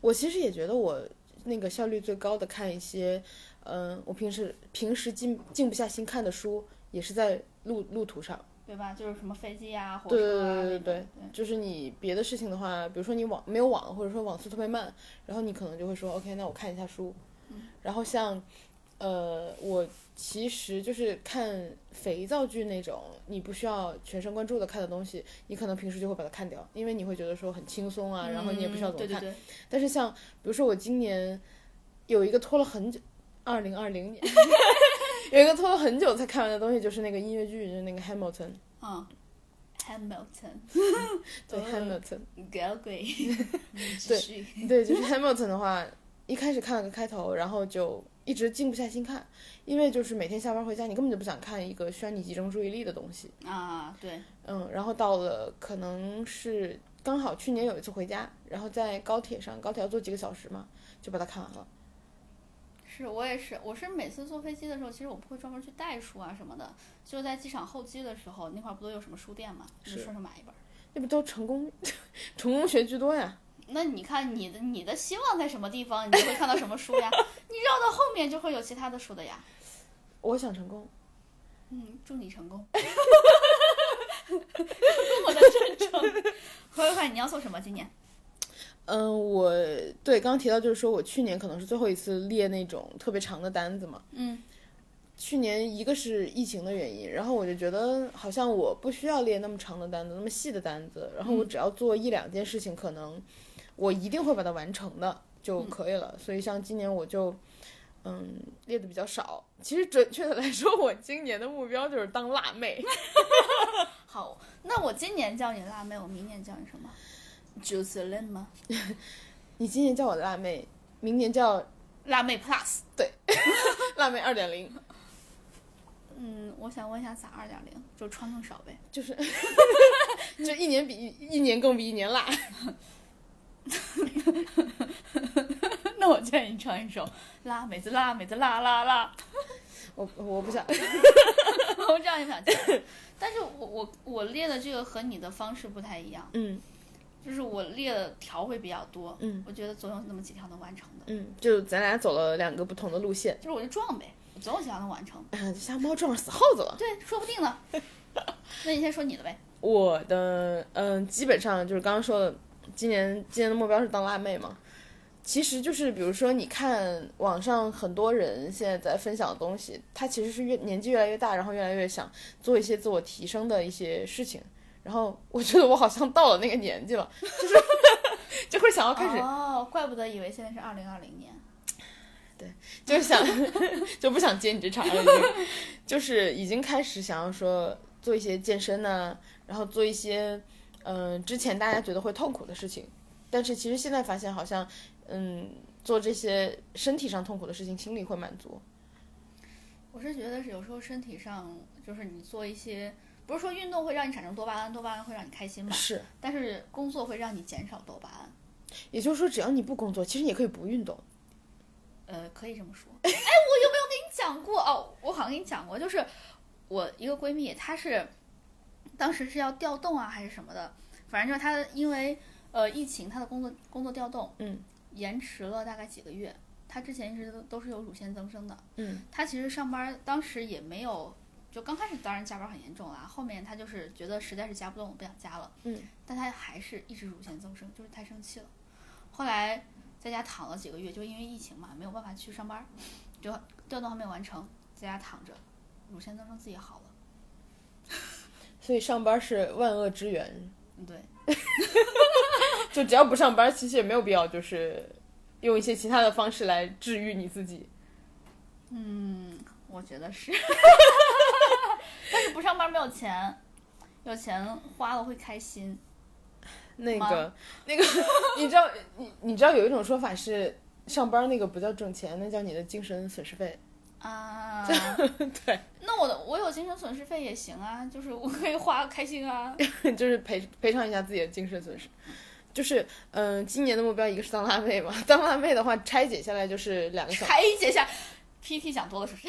S2: 我其实也觉得我那个效率最高的看一些，嗯、我平时平时静静不下心看的书，也是在路路途上。
S1: 对吧？就是什么飞机啊、火
S2: 对
S1: 车啊那
S2: 对对
S1: 种，
S2: 对就是你别的事情的话，比如说你网没有网，或者说网速特别慢，然后你可能就会说 OK，那我看一下书。
S1: 嗯
S2: 然后像，呃，我其实就是看肥皂剧那种，你不需要全神贯注的看的东西，你可能平时就会把它看掉，因为你会觉得说很轻松啊，然后你也不需要
S1: 嗯
S2: 怎么
S1: 对
S2: 看。
S1: 对对，
S2: 但是像比如说我今年有一个拖了很久，二零 二零年有一个拖了很久才看完的东西，就是那个音乐剧，就是那个 Hamilton，
S1: 嗯，Hamilton，嗯哦
S2: 对、Hamilton。
S1: 搞鬼， 你继
S2: 对
S1: 续
S2: 对，就是 Hamilton 的话，一开始看了个开头，然后就一直静不下心看，因为就是每天下班回家，你根本就不想看一个需要你集中注意力的东西。
S1: 啊，对，
S2: 嗯，然后到了可能是刚好去年有一次回家，然后在高铁上，高铁要坐几个小时嘛，就把它看完了。
S1: 是我也是，我是每次坐飞机的时候，其实我不会专门去带书啊什么的，就是在机场候机的时候，那块儿不都有什么书店嘛，你
S2: 是
S1: 顺手买一本儿。
S2: 那不都成功， 成功学居多呀？
S1: 那你看你的你的希望在什么地方，你就会看到什么书呀？ 你绕到后面就会有其他的书的呀。
S2: 我想成功，
S1: 嗯，祝你成 功。跟我的真诚， 快快快，你要做什么？今年
S2: 嗯，我对刚刚提到就是说我去年可能是最后一次列那种特别长的单子嘛。
S1: 嗯。
S2: 去年一个是疫情的原因，然后我就觉得好像我不需要列那么长的单子，那么细的单子，然后我只要做一两件事情，可能我一定会把它完成的就可以了。所以像今年我就嗯列的比较少。其实准确的来说，我今年的目标就是当辣妹。
S1: 好，那我今年叫你辣妹，我明年叫你什么 j u c e l i n 吗？
S2: 你今年叫我辣妹，明年叫
S1: 辣妹 Plus。
S2: 辣妹二点零，
S1: 嗯，我想问一下，咋二点零？就穿更少呗。
S2: 就是就一年比一一年更比一年辣。
S1: 那我建议你唱一首《辣妹子辣妹子辣辣辣
S2: 我我不想，》，
S1: 我这样也想听。但是我我我列的这个和你的方式不太一样，
S2: 嗯
S1: 就是我列的条会比较多，
S2: 嗯
S1: 我觉得总有那么几条能完成的，
S2: 嗯，就咱俩走了两个不同的路线。
S1: 就是我就撞呗，我总有几条能完成。
S2: 哎呀，瞎猫撞上死耗子了。
S1: 对，说不定 呢。那你先说你的呗。
S2: 我的嗯，基本上就是刚刚说的，今年今年的目标是当辣妹嘛。其实就是比如说，你看网上很多人现在在分享的东西，他其实是越年纪越来越大，然后越来越想做一些自我提升的一些事情。然后我觉得我好像到了那个年纪了，就是 就会想要开始
S1: 哦，怪不得以为现在是二零二零年。
S2: 就是想 就不想接你这茬了，已经，就是已经开始想要说做一些健身呐、然后做一些嗯、呃之前大家觉得会痛苦的事情，但是其实现在发现好像嗯做这些身体上痛苦的事情，心里会满足。
S1: 我是觉得是有时候身体上，就是你做一些，不是说运动会让你产生多巴胺，多巴胺会让你开心嘛，
S2: 是，
S1: 但嗯是工作会让你减少多巴胺。
S2: 也就是说，只要你不工作，其实你也可以不运动。
S1: 呃，可以这么说。 哎，我有没有跟你讲过？哦，我好像跟你讲过，就是我一个闺蜜，她是当时是要调动啊，还是什么的，反正就是她因为呃疫情，她的工作工作调动，
S2: 嗯，
S1: 延迟了大概几个月。她之前一直都都是有乳腺增生的，
S2: 嗯，
S1: 她其实上班当时也没有，就刚开始当然加班很严重啦，后面她就是觉得实在是加不动，不想加了，
S2: 嗯，
S1: 但她还是一直乳腺增生，就是太生气了。后来在家躺了几个月，就因为疫情嘛，没有办法去上班，就调动还没有完成，在家躺着，乳腺增生自己好了。
S2: 所以上班是万恶之源，
S1: 嗯，对，
S2: 就只要不上班，其实也没有必要，就是用一些其他的方式来治愈你自己。
S1: 嗯，我觉得是， 但是不上班没有钱，有钱花了会开心。
S2: 那个
S1: 吗
S2: 那个，你知道你你知道有一种说法是，上班那个不叫挣钱，那叫你的精神损失费。，
S1: 啊
S2: 对，
S1: 那我的我有精神损失费也行啊，就是我可以花开心啊。
S2: 就是赔赔偿一下自己的精神损失。就是，嗯、今年的目标一个是当辣妹嘛，当辣妹的话拆解下来就是两个小时，
S1: 拆解一下，PT 讲多了是不是？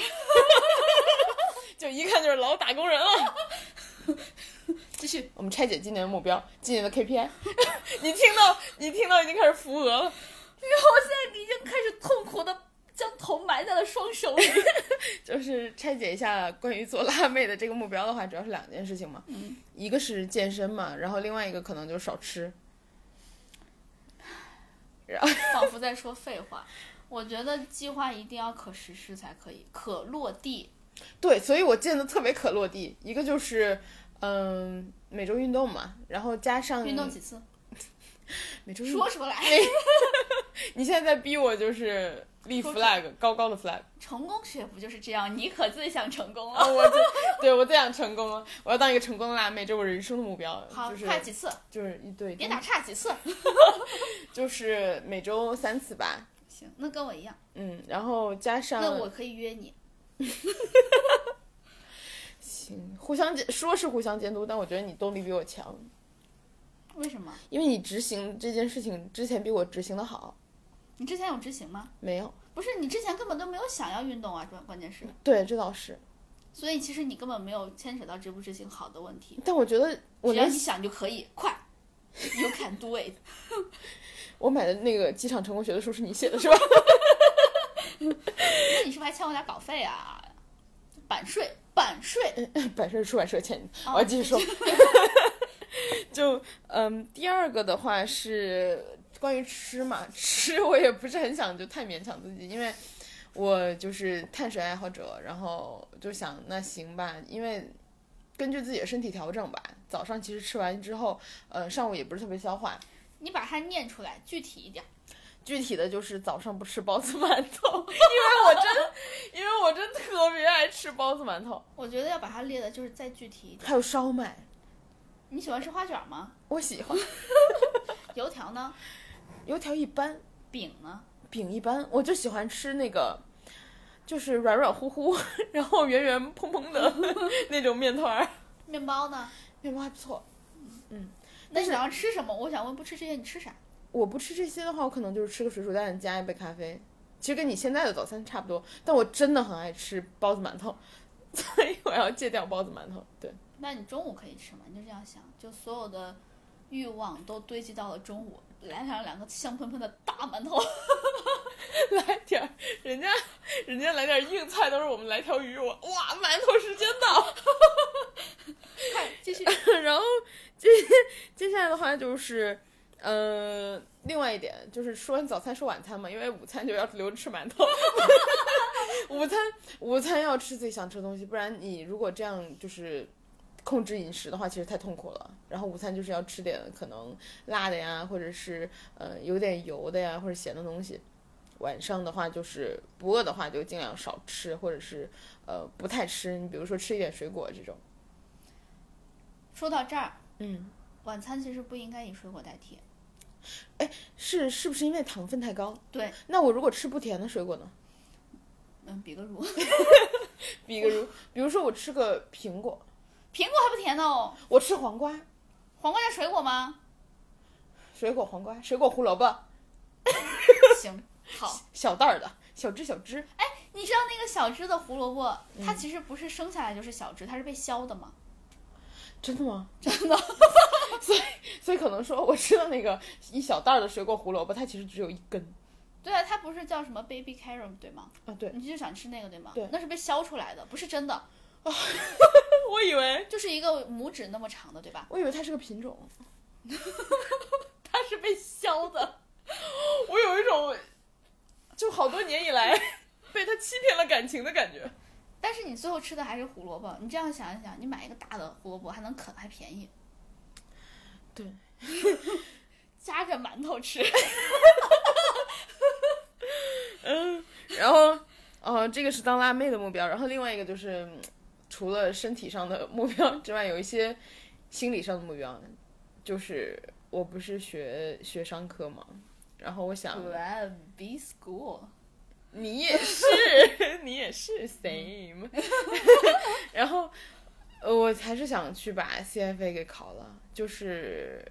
S2: 就一看就是老打工人了。
S1: 继续，
S2: 我们拆解今年的目标，今年的 KPI。你 听到，你听到已经开始扶额了，
S1: 我现在已经开始痛苦的将头埋在了双手里。
S2: 就是拆解一下关于做辣妹的这个目标的话，主要是两件事情嘛，
S1: 嗯
S2: 一个是健身嘛，然后另外一个可能就是少吃。
S1: 仿佛在说废话。我觉得计划一定要可实施才可以，可落地。
S2: 对，所以我建的特别可落地，一个就是，嗯，每周运动嘛，然后加上
S1: 运动几次？
S2: 每周运动
S1: 说出来。
S2: 嗯你现在在逼我就是立
S1: 说
S2: flag 高高的 flag
S1: 成功学不就是这样？你可最想成功
S2: 啊！
S1: 了。
S2: 我就对我最想成功了，我要当一个成功的辣妹，这是我人生的目标。
S1: 好，
S2: 就是嗯
S1: 差几次？
S2: 就是一对，
S1: 别打岔几次。
S2: 就是每周三次吧。
S1: 行，那跟我一样。
S2: 嗯，然后加上
S1: 那我可以约你。
S2: 行，互相监说是互相监督，但我觉得你动力比我强，
S1: 为什么？
S2: 因为你执行这件事情之前比我执行的好。
S1: 你之前有执行吗？
S2: 没有，
S1: 不是，你之前根本都没有想要运动啊，关关键是，
S2: 对，这倒是。
S1: 所以其实你根本没有牵扯到执不执行好的问题。
S2: 但我觉得我
S1: 只要
S2: 连
S1: 你想就可以，快，You can do it。
S2: 我买的那个机场成功学的书是你写的是吧？
S1: 那你是不是还欠我点稿费啊？版税，版税。
S2: 版税出版社欠你。
S1: 哦
S2: 呃我要继续说。就嗯，第二个的话是关于吃嘛， 吃我也不是很想就太勉强自己，因为我就是碳水爱好者，然后就想那行吧，因为根据自己的身体调整吧。早上其实吃完之后，呃，上午也不是特别消化。
S1: 你把它念出来，具体一点。
S2: 具体的就是早上不吃包子馒头， 因为我真，因为我真特别爱吃包子馒头，
S1: 我觉得要把它列的就是再具体一点。
S2: 还有烧麦，
S1: 你喜欢吃花卷吗？
S2: 我喜欢。
S1: 油条呢？
S2: 油条一般，
S1: 饼呢？
S2: 饼一般，我就喜欢吃那个，就是软软乎乎， 然后圆圆蓬蓬的那种面团儿，
S1: 面包呢？
S2: 面包还不错。
S1: 那你想要吃什么？我想问，不吃这些你吃啥？
S2: 我不吃这些的话，我可能就是吃个水煮蛋加一杯咖啡，其实跟你现在的早餐差不多。但我真的很爱吃包子馒头， 所以我要戒掉包子馒头。对，
S1: 那你中午可以吃吗？你就这样想，就所有的欲望都堆积到了中午，来上两个香喷喷的大馒头。
S2: 来点儿，人家人家来点儿硬菜都是我们来条鱼，我哇，馒头时间到。
S1: 快继续。
S2: 然后接接下来的话就是，呃，另外一点就是说完早餐说晚餐嘛，因为午餐就要留着吃馒头。 午餐午餐要吃自己想吃的东西，不然你如果这样就是控制饮食的话，其实太痛苦了。然后午餐就是要吃点可能辣的呀，或者是呃有点油的呀，或者咸的东西。晚上的话就是不饿的话就尽量少吃，或者是呃不太吃。你比如说吃一点水果这种，
S1: 说到这儿，
S2: 嗯，
S1: 晚餐其实不应该以水果代替，
S2: 是是不是因为糖分太高？
S1: 对，
S2: 那我如果吃不甜的水果呢？
S1: 嗯，比个乳，
S2: 比如，比如说我吃个苹果，
S1: 苹果还不甜呢哦，
S2: 我吃黄瓜，
S1: 黄瓜是水果吗？
S2: 水果黄瓜，水果胡萝卜，
S1: 行，好。
S2: 小袋儿的，小只小只。
S1: 你知道那个小只的胡萝卜，它
S2: 嗯
S1: 其实不是生下来就是小只，它是被削的嘛。
S2: 真的 吗？真的。所以，所以可能说我吃的那个一小袋儿的水果胡萝卜，它其实只有一根
S1: 对啊，它不是叫什么 baby carrot 对吗？
S2: 啊。对，
S1: 你就想吃那个对吗？
S2: 对
S1: 那是被削出来的，不是真的，
S2: 我以为
S1: 就是一个拇指那么长的对吧？
S2: 我以为它是个品种，
S1: 它是被削的。
S2: 我有一种就好多年以来 被它欺骗了感情的感觉。
S1: 但是你最后吃的还是胡萝卜，你这样想一想，你买一个大的胡萝卜还能啃，还便宜。
S2: 对，
S1: 夹着馒头吃，
S2: 然后，呃，这个是当辣妹的目标，然后另外一个就是嗯除了身体上的目标之外，有一些心理上的目标，就是我不是学学商科嘛，然后我
S1: 嗯
S2: 想
S1: Plan B school，
S2: 你也是，你也是 same，然后呃我还是想去把 CFA 给考了，就是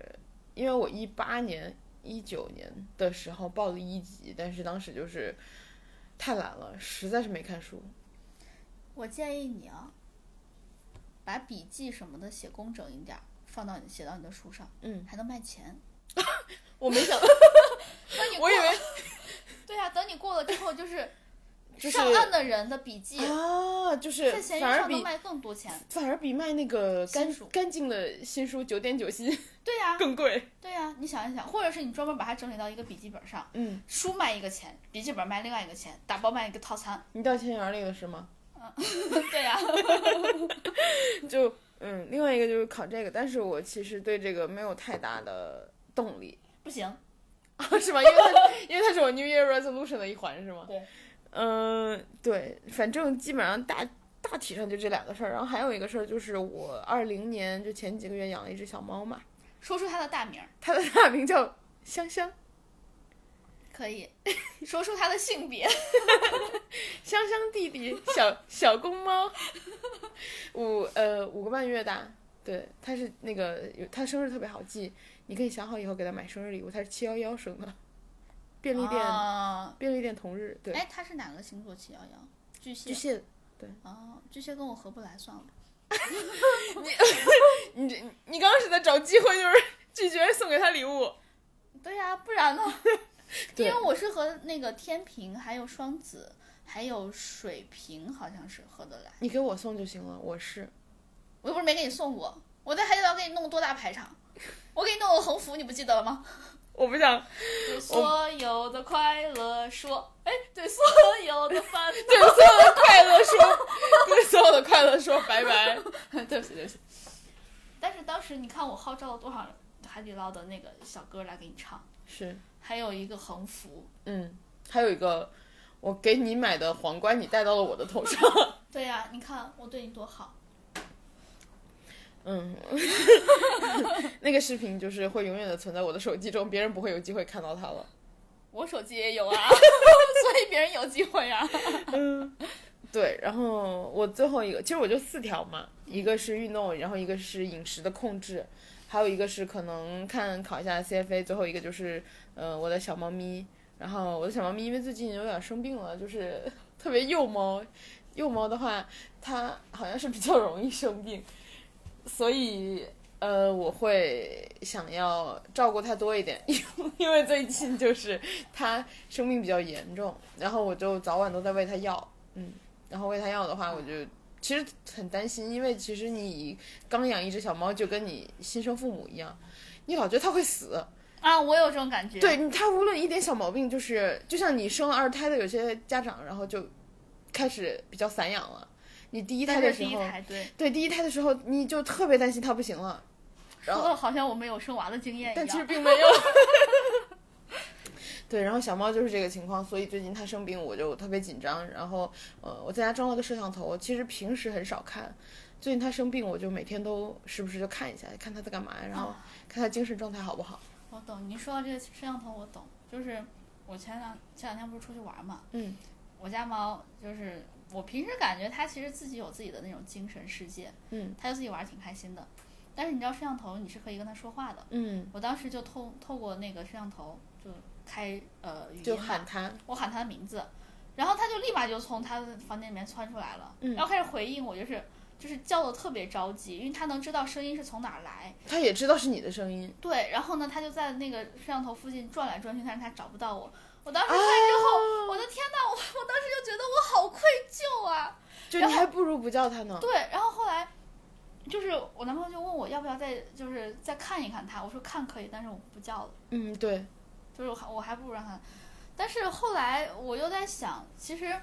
S2: 因为我一八年、一九年的时候报了一级，但是当时就是太懒了，实在是没看书。
S1: 我建议你啊，把笔记什么的写工整一点儿，放到你写到你的书上，
S2: 嗯，
S1: 还能卖钱。
S2: 我没想，
S1: 等你 过
S2: 我以为
S1: 对啊，等你过了之后，就是
S2: 就是
S1: 上岸的人的笔记，
S2: 啊，就是
S1: 在闲鱼
S2: 反而
S1: 上能
S2: 比
S1: 卖更多钱。
S2: 反而比卖那个干
S1: 新书
S2: 干净的新书九点九新
S1: 对呀、
S2: 更贵。
S1: 对呀、你想一想，或者是你专门把它整理到一个笔记本上，
S2: 嗯，
S1: 书卖一个钱，笔记本卖另外一个钱，打包卖一个套餐。
S2: 你到钱眼儿里了是吗？
S1: 对啊呀、
S2: 就嗯，另外一个就是考这个，但是我其实对这个没有太大的动力，
S1: 不行，
S2: 啊，是吗？因为 它因为它是我 New Year Resolution 的一环，是吗？
S1: 对，
S2: 嗯、对，反正基本上大大体上就这两个事儿，然后还有一个事儿就是我二零年就前几个月养了一只小猫嘛，
S1: 说出它的大名儿
S2: 它的大名叫香香，
S1: 可以， 说出它的性别。
S2: 香香弟弟，小 小公猫，五呃五个半月大。对，它是那个，有它生日特别好记，你可以想好以后给它买生日礼物。它是七幺幺生的，便利店、
S1: 啊
S2: 便利店同日，对，
S1: 哎，他是哪个星座？七幺幺，巨蟹
S2: 巨。蟹，
S1: 哦，巨蟹跟我合不来，算了。
S2: 你这你刚刚是在找机会，就是拒绝送给他礼物，
S1: 对呀、不然 呢？因
S2: 对
S1: 为我是和那个天平，还有双子，还有水瓶，好像是合得来。
S2: 你给我送就行了，我是
S1: 我又不是没给你送过，我在海底捞给你弄多大排场，我给你弄个横幅，你不记得了吗？
S2: 我不想，
S1: 对所有的快乐说，哎，对所有的烦
S2: 对所有的快乐说，对所有的快乐说拜拜，
S1: 恼， 对不起，对不起。但是当时你看我号召了多少海底捞的那个小哥来给你唱，
S2: 是，
S1: 还有一个横幅，
S2: 嗯，还有一个，我给你买的皇冠，你戴到了我的头上，
S1: 对呀、你看我对你多好。
S2: 嗯，那个视频就是会永远的存在我的手机中，别人不会有机会看到它了，
S1: 我手机也有啊， 所以别人有机会啊。
S2: 对，然后我最后一个，其实我就四条嘛，一个是运动，然后一个是饮食的控制，还有一个是可能看考一下 CFA，最后一个就是呃我的小猫咪，然后我的小猫咪因为最近有点生病了，就是 特别幼猫，幼猫的话它好像是比较容易生病，所以呃我会想要照顾它多一点，因 为因为最近就是它生病比较严重，然后我就早晚都在喂它药。然后喂它药的
S1: 嗯
S2: 话，我就其实很担心，因为其实你刚养一只小猫，就跟你新生父母一样，你老觉得它会死。
S1: 啊，我有这种感觉。
S2: 对，你，它无论一点小毛病，就是就像你生了二胎的有些家长，然后就开始比较散养了。你第一胎
S1: 但
S2: 的
S1: 是
S2: 时
S1: 第一
S2: 候，
S1: 胎对，
S2: 对第一胎的时候，你就特别担心它不行了，然
S1: 说
S2: 后
S1: 的好像我们有生娃的经验一样。
S2: 但其实并没 有。对，然后小猫就是这个情况，所以最近它生病，我就特别紧张。然后，呃，我在家装了个摄像头，其实平时很少看。最
S1: 啊
S2: 近它生病，我就每天都时不时就看一下，看它在干嘛，然后看它精神状态好不好。
S1: 我懂，你说到这个摄像头，我懂。就是我前两前两天不是出去玩嘛，
S2: 嗯，
S1: 我家猫就是我平时感觉它其实自己有自己的那种精神世界，
S2: 嗯，
S1: 它就自己玩儿挺开心的。但是你知道摄像头你是可以跟它说话的，
S2: 嗯，
S1: 我当时就透透过那个摄像头就开呃语音
S2: 就
S1: 嘛
S2: 喊他，
S1: 我喊他的名字，然后他就立马就从他的房间里面窜出来了，
S2: 嗯
S1: 然后开始回应我，就是就是叫的特别着急，因为他能知道声音是从哪儿来。
S2: 他也知道是你的声音。
S1: 对，然后呢，他就在那个摄像头附近转来转去，但是他找不到我。我当时看之后，我的天呐，我我当时就觉得我好愧疚啊。
S2: 就
S1: 然
S2: 你还不如不叫他呢。
S1: 对，然后后来就是我男朋友就问我要不要再就是再看一看他，我说看可以，但是我不叫了。
S2: 嗯，对，
S1: 就是我还我还不如让他。但是后来我又在想，其实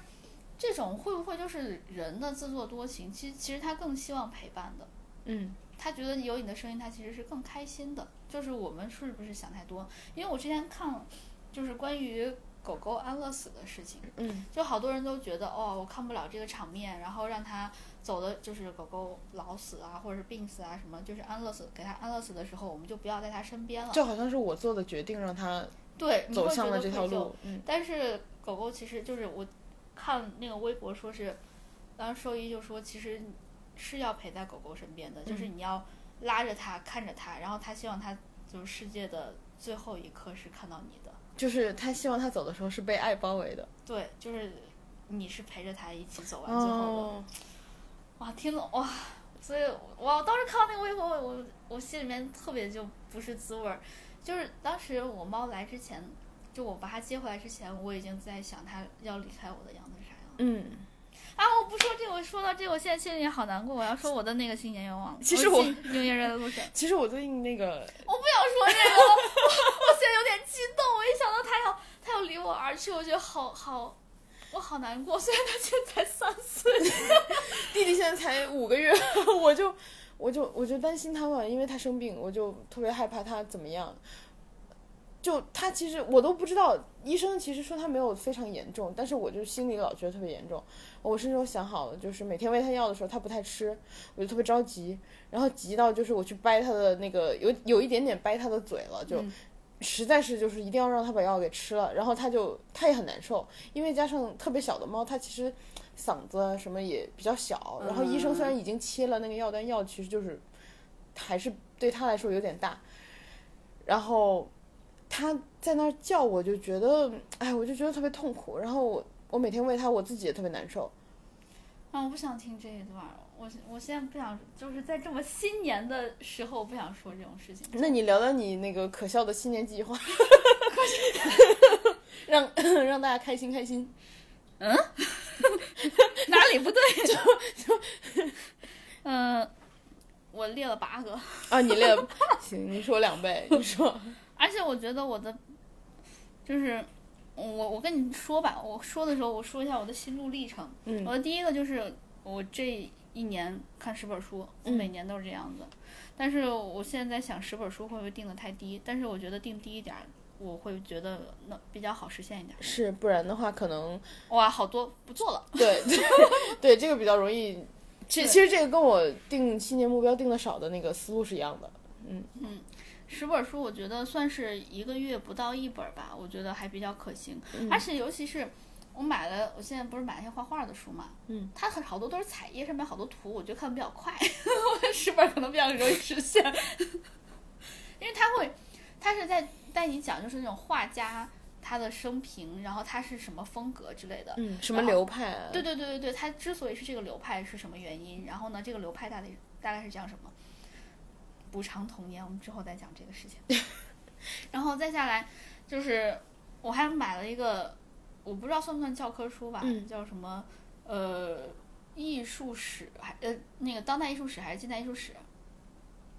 S1: 这种会不会就是人的自作多情？其实其实他更希望陪伴的，
S2: 嗯
S1: 他觉得有你的声音，他其实是更开心的。就是我们是不是想太多？因为我之前看，就是关于狗狗安乐死的事情，
S2: 嗯
S1: 就好多人都觉得哦，我看不了这个场面，然后让它走的就是狗狗老死啊，或者是病死啊什么，就是安乐死，给它安乐死的时候，我们就不要在它身边了。
S2: 就好像是我做的决定让他
S1: 对，嗯哎你
S2: 走
S1: 会觉
S2: 向
S1: 得
S2: 了这
S1: 愧
S2: 条
S1: 疚
S2: 路。嗯
S1: 但是狗狗其实就是我看那个微博说是，当时兽医就说其实是要陪在狗狗身边的，就是你要拉着它看着它，然后它希望它就是世界的最后一刻是看到你的，
S2: 就是他希望他走的时候是被爱包围的。
S1: 对，就是你是陪着它一起走完最后的。
S2: 哦，
S1: 哇，听了哇，所以我我当时看到那个微博，我我我心里面特别就不是滋味儿，就是当时我猫来之前，就我把它接回来之前，我已经在想它要离开我的样子是啥样。
S2: 嗯，
S1: 啊！我不说这个，我说到这个，我现在心里好难过。我要说我的那个新年愿望了。
S2: 其实我
S1: 新新年愿望的路上，
S2: 其实我最近那个
S1: 我不想说这个了，我我现在有点激动。我一想到他要他要离我而去，我觉得好好，我好难过。虽然他现在才三岁，
S2: 弟弟现在才五个月， 我就我就我就担心他嘛，因为他生病，我就特别害怕他怎么样。就他其实我都不知道，医生其实说他没有非常严重，但是我就心里老觉得特别严重。我甚至都想好，就是每天喂他药的时候他不太吃，我就特别着急，然后急到就是我去掰他的那个有有一点点掰他的嘴了，就
S1: 嗯
S2: 实在是就是一定要让他把药给吃了，然后他就他也很难受，因为加上特别小的猫，它其实嗓子啊什么也比较小，然后医生虽然已经切了那个药，但药其实就是还是对他来说有点大，然后他在那儿叫，我就觉得哎，我就觉得特别痛苦，然后我我每天喂它，我自己也特别难受，
S1: 啊，我不想听这一段儿。我我现在不想，就是在这么新年的时候，我不想说这种事情。
S2: 那你聊聊你那个可笑的新年 计划，让让大家开心开心。
S1: 哪里不对？就就，嗯、我列了八个。
S2: 啊，你列行，你说两倍，你说，
S1: 而且我觉得我的，就是我我跟你说吧，我说的时候我说一下我的心路历程。
S2: 嗯
S1: 我的第一个就是我这一年看十本书，我
S2: 嗯
S1: 每年都是这样子。但是我现在在想，十本书会不会定的太低？但是我觉得定低一点儿，我会觉得那比较好实现一点儿。
S2: 是不然的话可能
S1: 哇，好多不做了。
S2: 对 对，这个比较容易。其
S1: 对
S2: 其实这个跟我定新年目标定的少的那个思路是一样的。
S1: 十本书，我觉得算是一个月不到一本儿吧，我觉得还比较可行。而且尤其是我买了，我现在不是买了一些画画的书嘛，
S2: 嗯，
S1: 它很好多都是彩页，上面好多图，我觉得看的比较快， 我十本儿可能比较容易实现， 因为它会，它是在带你讲就是那种画家他的生平，然后他是什么风格之类的。
S2: 嗯，什么流派、啊？
S1: 对对对对对，它之所以是这个流派是什么原因？然后呢，这个流派大概大概是讲什么？补偿童年，我们之后再讲这个事 情。然后再下来就是我还买了一个，我不知道算不算教科书吧，
S2: 嗯
S1: 叫什么呃艺术史还呃那个当代艺术史还是近代艺术史，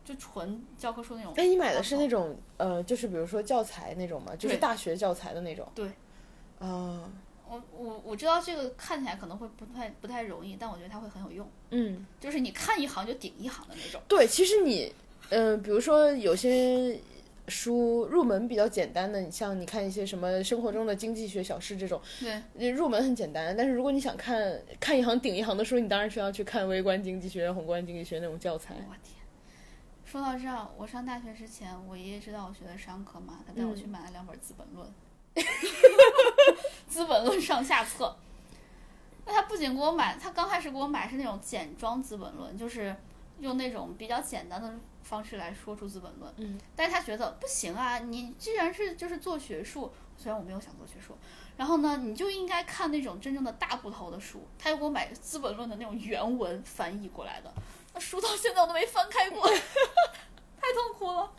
S1: 就纯教科书那种。
S2: 哎，你买的是那种呃，就是比如说教材那种吗？就是
S1: 对
S2: 大学教材的那种。
S1: 对。
S2: 啊，
S1: 我我我知道这个看起来可能会不太不太容易，但我觉得它会很有用，
S2: 嗯，
S1: 就是你看一行就顶一行的那种。
S2: 对，其实你，嗯、比如说有些书入门比较简单的，你像你看一些什么生活中的经济学小事这种，
S1: 对，
S2: 呃入门很简单。但是如果你想看看一行顶一行的书，你当然是要去看微观经济学、宏观经济学那种教材。
S1: 我天，说到这儿，我上大学之前，我爷爷知道我学的商科嘛，他带我去买了两本《资本论》资本论》上下册。那他不仅给我买，他刚开始给我买是那种简装《资本论》，就是用那种比较简单的方式来说出《资本论》。
S2: 嗯，
S1: 但是他觉得不行啊，你既然是就是做学术，虽然我没有想做学术，然后呢，你就应该看那种真正的大部头的书。他又给我买《资本论》的那种原文翻译过来的，那书到现在我都没翻开 过，太痛苦了。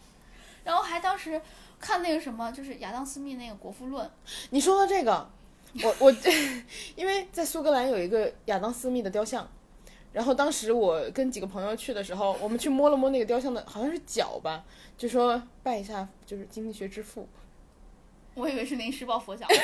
S1: 然后还当时看那个什么，就是亚当斯密那个《国富论》，
S2: 你说到这个，我我 因为在苏格兰有一个亚当斯密的雕像，然后当时我跟几个朋友去的时候，我们去摸了摸那个雕像的，好像是脚吧，就说拜一下，就是经济学之父。
S1: 我以为是临时抱佛脚呢。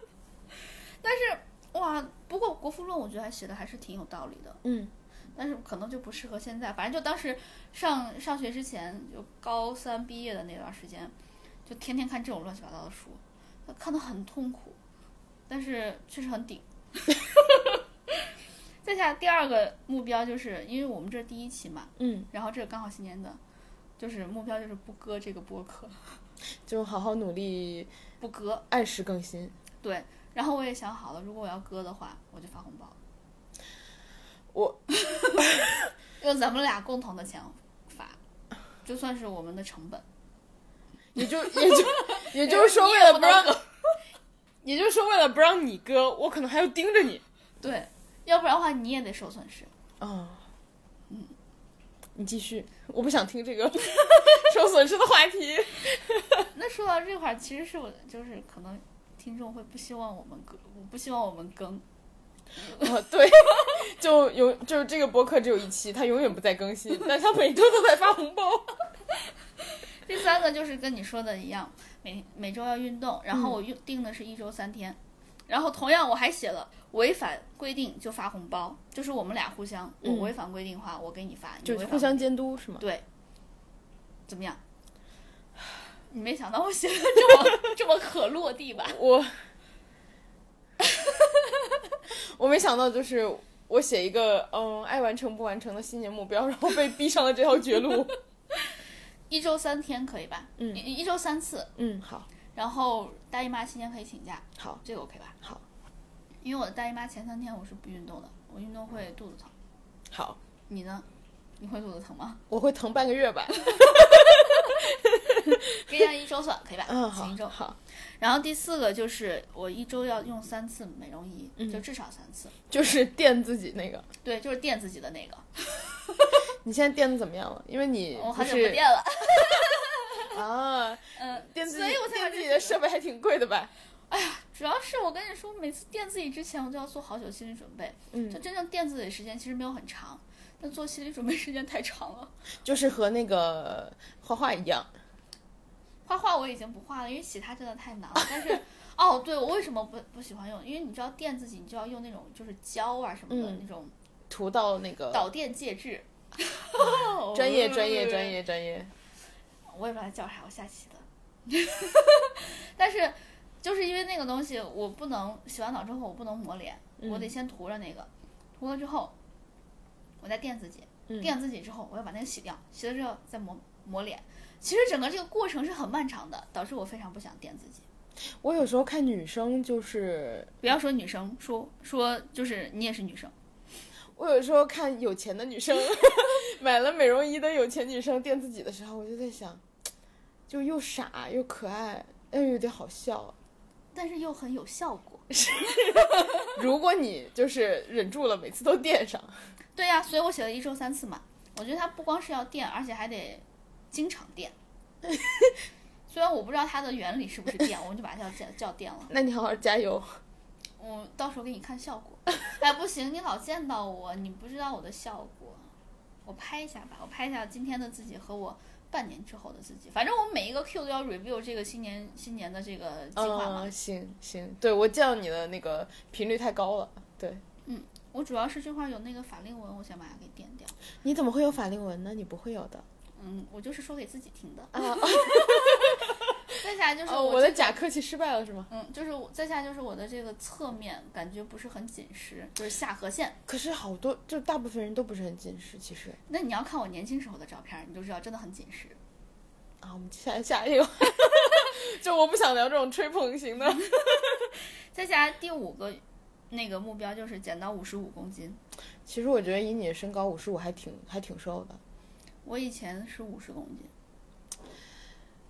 S1: 但是哇，不过《国富论》我觉得还写的还是挺有道理的，
S2: 嗯，
S1: 但是可能就不适合现在。反正就当时上上学之前，就高三毕业的那段时间，就天天看这种乱七八糟的书，看得很痛苦，但是确实很顶。 再下第二个目标就是，因为我们这是第一期嘛，
S2: 嗯，
S1: 然后这个刚好新年的，就是目标就是不割这个播客，
S2: 就好好努力，
S1: 不割。
S2: 按时更新。
S1: 对，然后我也想好了，如果我要割的话，我就发红包。
S2: 我
S1: 用咱们俩共同的钱发，就算是我们的成本。
S2: 也就也就也就是说，为了不让，也就是说为了不让你哥，我可能还要盯着你。
S1: 对，要不然的话你也得受损失。
S2: 啊、嗯你继续，我不想听这 个受损失的话题。
S1: 那说到这块儿，其实是我就是可能听众会不希望我们割，我不希望我们更。
S2: 啊，对，就有就是这个博客只有一期，它永远不再更新，但它每周都在发红包。
S1: 第三个就是跟你说的一样，每每周要运动，然
S2: 嗯
S1: 后我运定的是一周三天，然后同样我还写了违反规定就发红包，就是我们俩互相，我
S2: 嗯
S1: 违反规定的话我给你发，你
S2: 就
S1: 违
S2: 是
S1: 反
S2: 互相监督是吗？
S1: 对，怎么样？你没想到我写的这么 这么可落地吧？
S2: 我我没想到，就是我写一个嗯爱完成不完成的新年目标，然后被逼上了这条 绝路。
S1: 一周三天可以吧？
S2: 嗯
S1: 一一周三次，
S2: 嗯，好，
S1: 然后大姨妈期间可以请假，
S2: 好，
S1: 这个 OK 吧？
S2: 好，
S1: 因为我的大姨妈前三天我是不运动的，我运动会肚子疼。
S2: 好，
S1: 你呢？你会肚子疼 吗？
S2: 我会疼半个月吧。
S1: 给你按一周算，可以吧？
S2: 嗯，
S1: 请一
S2: 好，
S1: 周。
S2: 好，
S1: 然后第四个就是我一周要用三次美容仪，
S2: 嗯
S1: 就至少三次。
S2: 就是垫自己那个。
S1: 对，就是垫自己的那个，
S2: 你现在垫的怎么样了？因为你
S1: 我
S2: 不
S1: 很久不
S2: 是
S1: 垫了。
S2: 啊，
S1: 嗯，
S2: 垫自己
S1: 所以我才把
S2: 垫
S1: 这
S2: 自己
S1: 个
S2: 的设备还挺贵的吧？
S1: 主要是我跟你说，每次垫自己之前，我就要做好久心理准备。
S2: 嗯
S1: 就，真正垫自己的时间其实没有很长，但做心理准备时间太长了。
S2: 就是和那个画画一样。
S1: 画画我已经不画了，因为其他真的太难了。 但是，哦，对我为什么不不喜欢用？因为你知道垫自己，你就要用那种就是胶啊什么的、
S2: 嗯
S1: 那种
S2: 涂到那个
S1: 导嗯电介质。
S2: 专业专业专业专业，
S1: 我也不知道它叫啥，我下棋的。 但是就是因为那个东西，我不能洗完澡之后我不能抹脸，我
S2: 嗯
S1: 得先涂着那个，涂了之后，我再垫自己，
S2: 嗯
S1: 垫自己之后我要把那个洗掉，洗了之后再抹抹脸。其实整个这个过程是很漫长的，导致我非常不想垫自己。
S2: 我有时候看女生就是，
S1: 不要说女生，说说就是你也是女生，
S2: 我有时候看有钱的女 生买了美容仪的有钱女生垫自己的时候，我就在想，就又傻又可爱，但又有点好笑。
S1: 但是又很有效果。
S2: 如果你就是忍住了，每次都垫上，
S1: 对呀、所以我写了一周三次嘛。我觉得它不光是要垫，而且还得经常 垫。虽然我不知道它的原理是不是垫，我们就把它叫叫垫了。
S2: 那你好好加油。
S1: 我到时候给你看效 果。哎，不行，你老见到我，你不知道我的效果。我拍一下吧，我拍一下今天的自己和我半年之后的自己。反正我每一个 Q 都要 review 这个新年新年的这个计划嘛。
S2: 嗯，行行，对我见到你的那个频率太高了。对，
S1: 我主要是这块有那个法令纹，我想把它给垫掉。
S2: 你怎么会有法令纹呢？你不会有的。
S1: 嗯，我就是说给自己听的。
S2: 啊，
S1: 对再下来就是
S2: 哦，我
S1: 这
S2: 的
S1: 个
S2: 假客气失败了是吗？
S1: 嗯，就是我再下来就是我的这个侧面感觉不是很紧实，就是下颌线。
S2: 可是好多就大部分人都不是很近视，其实
S1: 那你要看我年轻时候的照片，你就知道真的很紧实。
S2: 啊，我们下下一个， 就我不想聊这种吹捧型的。
S1: 再下来第五个那个目标就是减到五十五公斤。
S2: 其实我觉得以你的身高五十五还挺还挺瘦的，
S1: 我以前是五十公斤，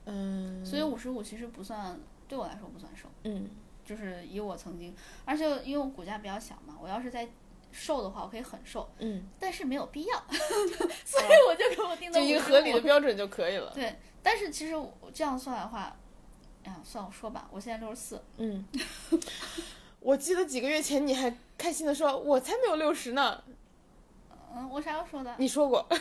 S2: 嗯
S1: 所以五十五其实不算对我来说不算瘦，
S2: 嗯，
S1: 就是以我曾经，而且因为我骨架比较小嘛，我要是再瘦的话，我可以很瘦，
S2: 嗯，
S1: 但是没有必要， 所以我就给我定的
S2: 哦就一个合理的标准就可以 了。
S1: 对，但是其实我这样算的话，哎呀，算我说吧，我现在六十四，
S2: 嗯，我记得几个月前你还开心的说，我才没有六十呢。
S1: 嗯，我啥时候说的？
S2: 你说过，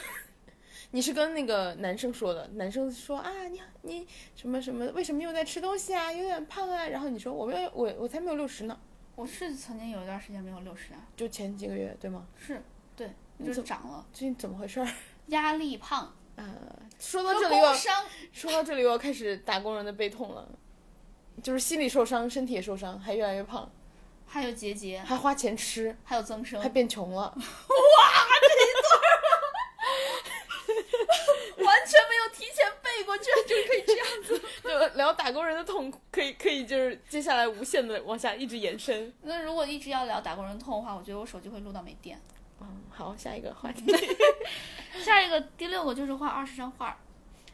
S2: 你是跟那个男生说的，男生说啊，你你什么什么，为什么又在吃东西啊，有点胖啊。然后你说我没有，我我才没有六十呢，
S1: 我是曾经有一段时间没有六十啊，
S2: 就前几个月对吗？
S1: 是对，
S2: 你
S1: 就是
S2: 怎么
S1: 长了，
S2: 最近怎么回事儿？
S1: 压力胖，
S2: 呃，说到
S1: 和
S2: 这里又要
S1: 工伤，
S2: 说到这里又要开始打工人的悲痛了，就是心里受伤，身体也受伤，还越来越胖，
S1: 还有结节，
S2: 还花钱吃，
S1: 还有增生
S2: 还，变穷了。
S1: 完全没有提前背过，居然就可以这样。
S2: 就聊打工人的痛苦，可以可以就是接下来无限的往下一直延伸。
S1: 那如果一直要聊打工人痛的话，我觉得我手机会录到没电。
S2: 嗯，好，下一个话题。
S1: 下一个第六个就是画二十张画，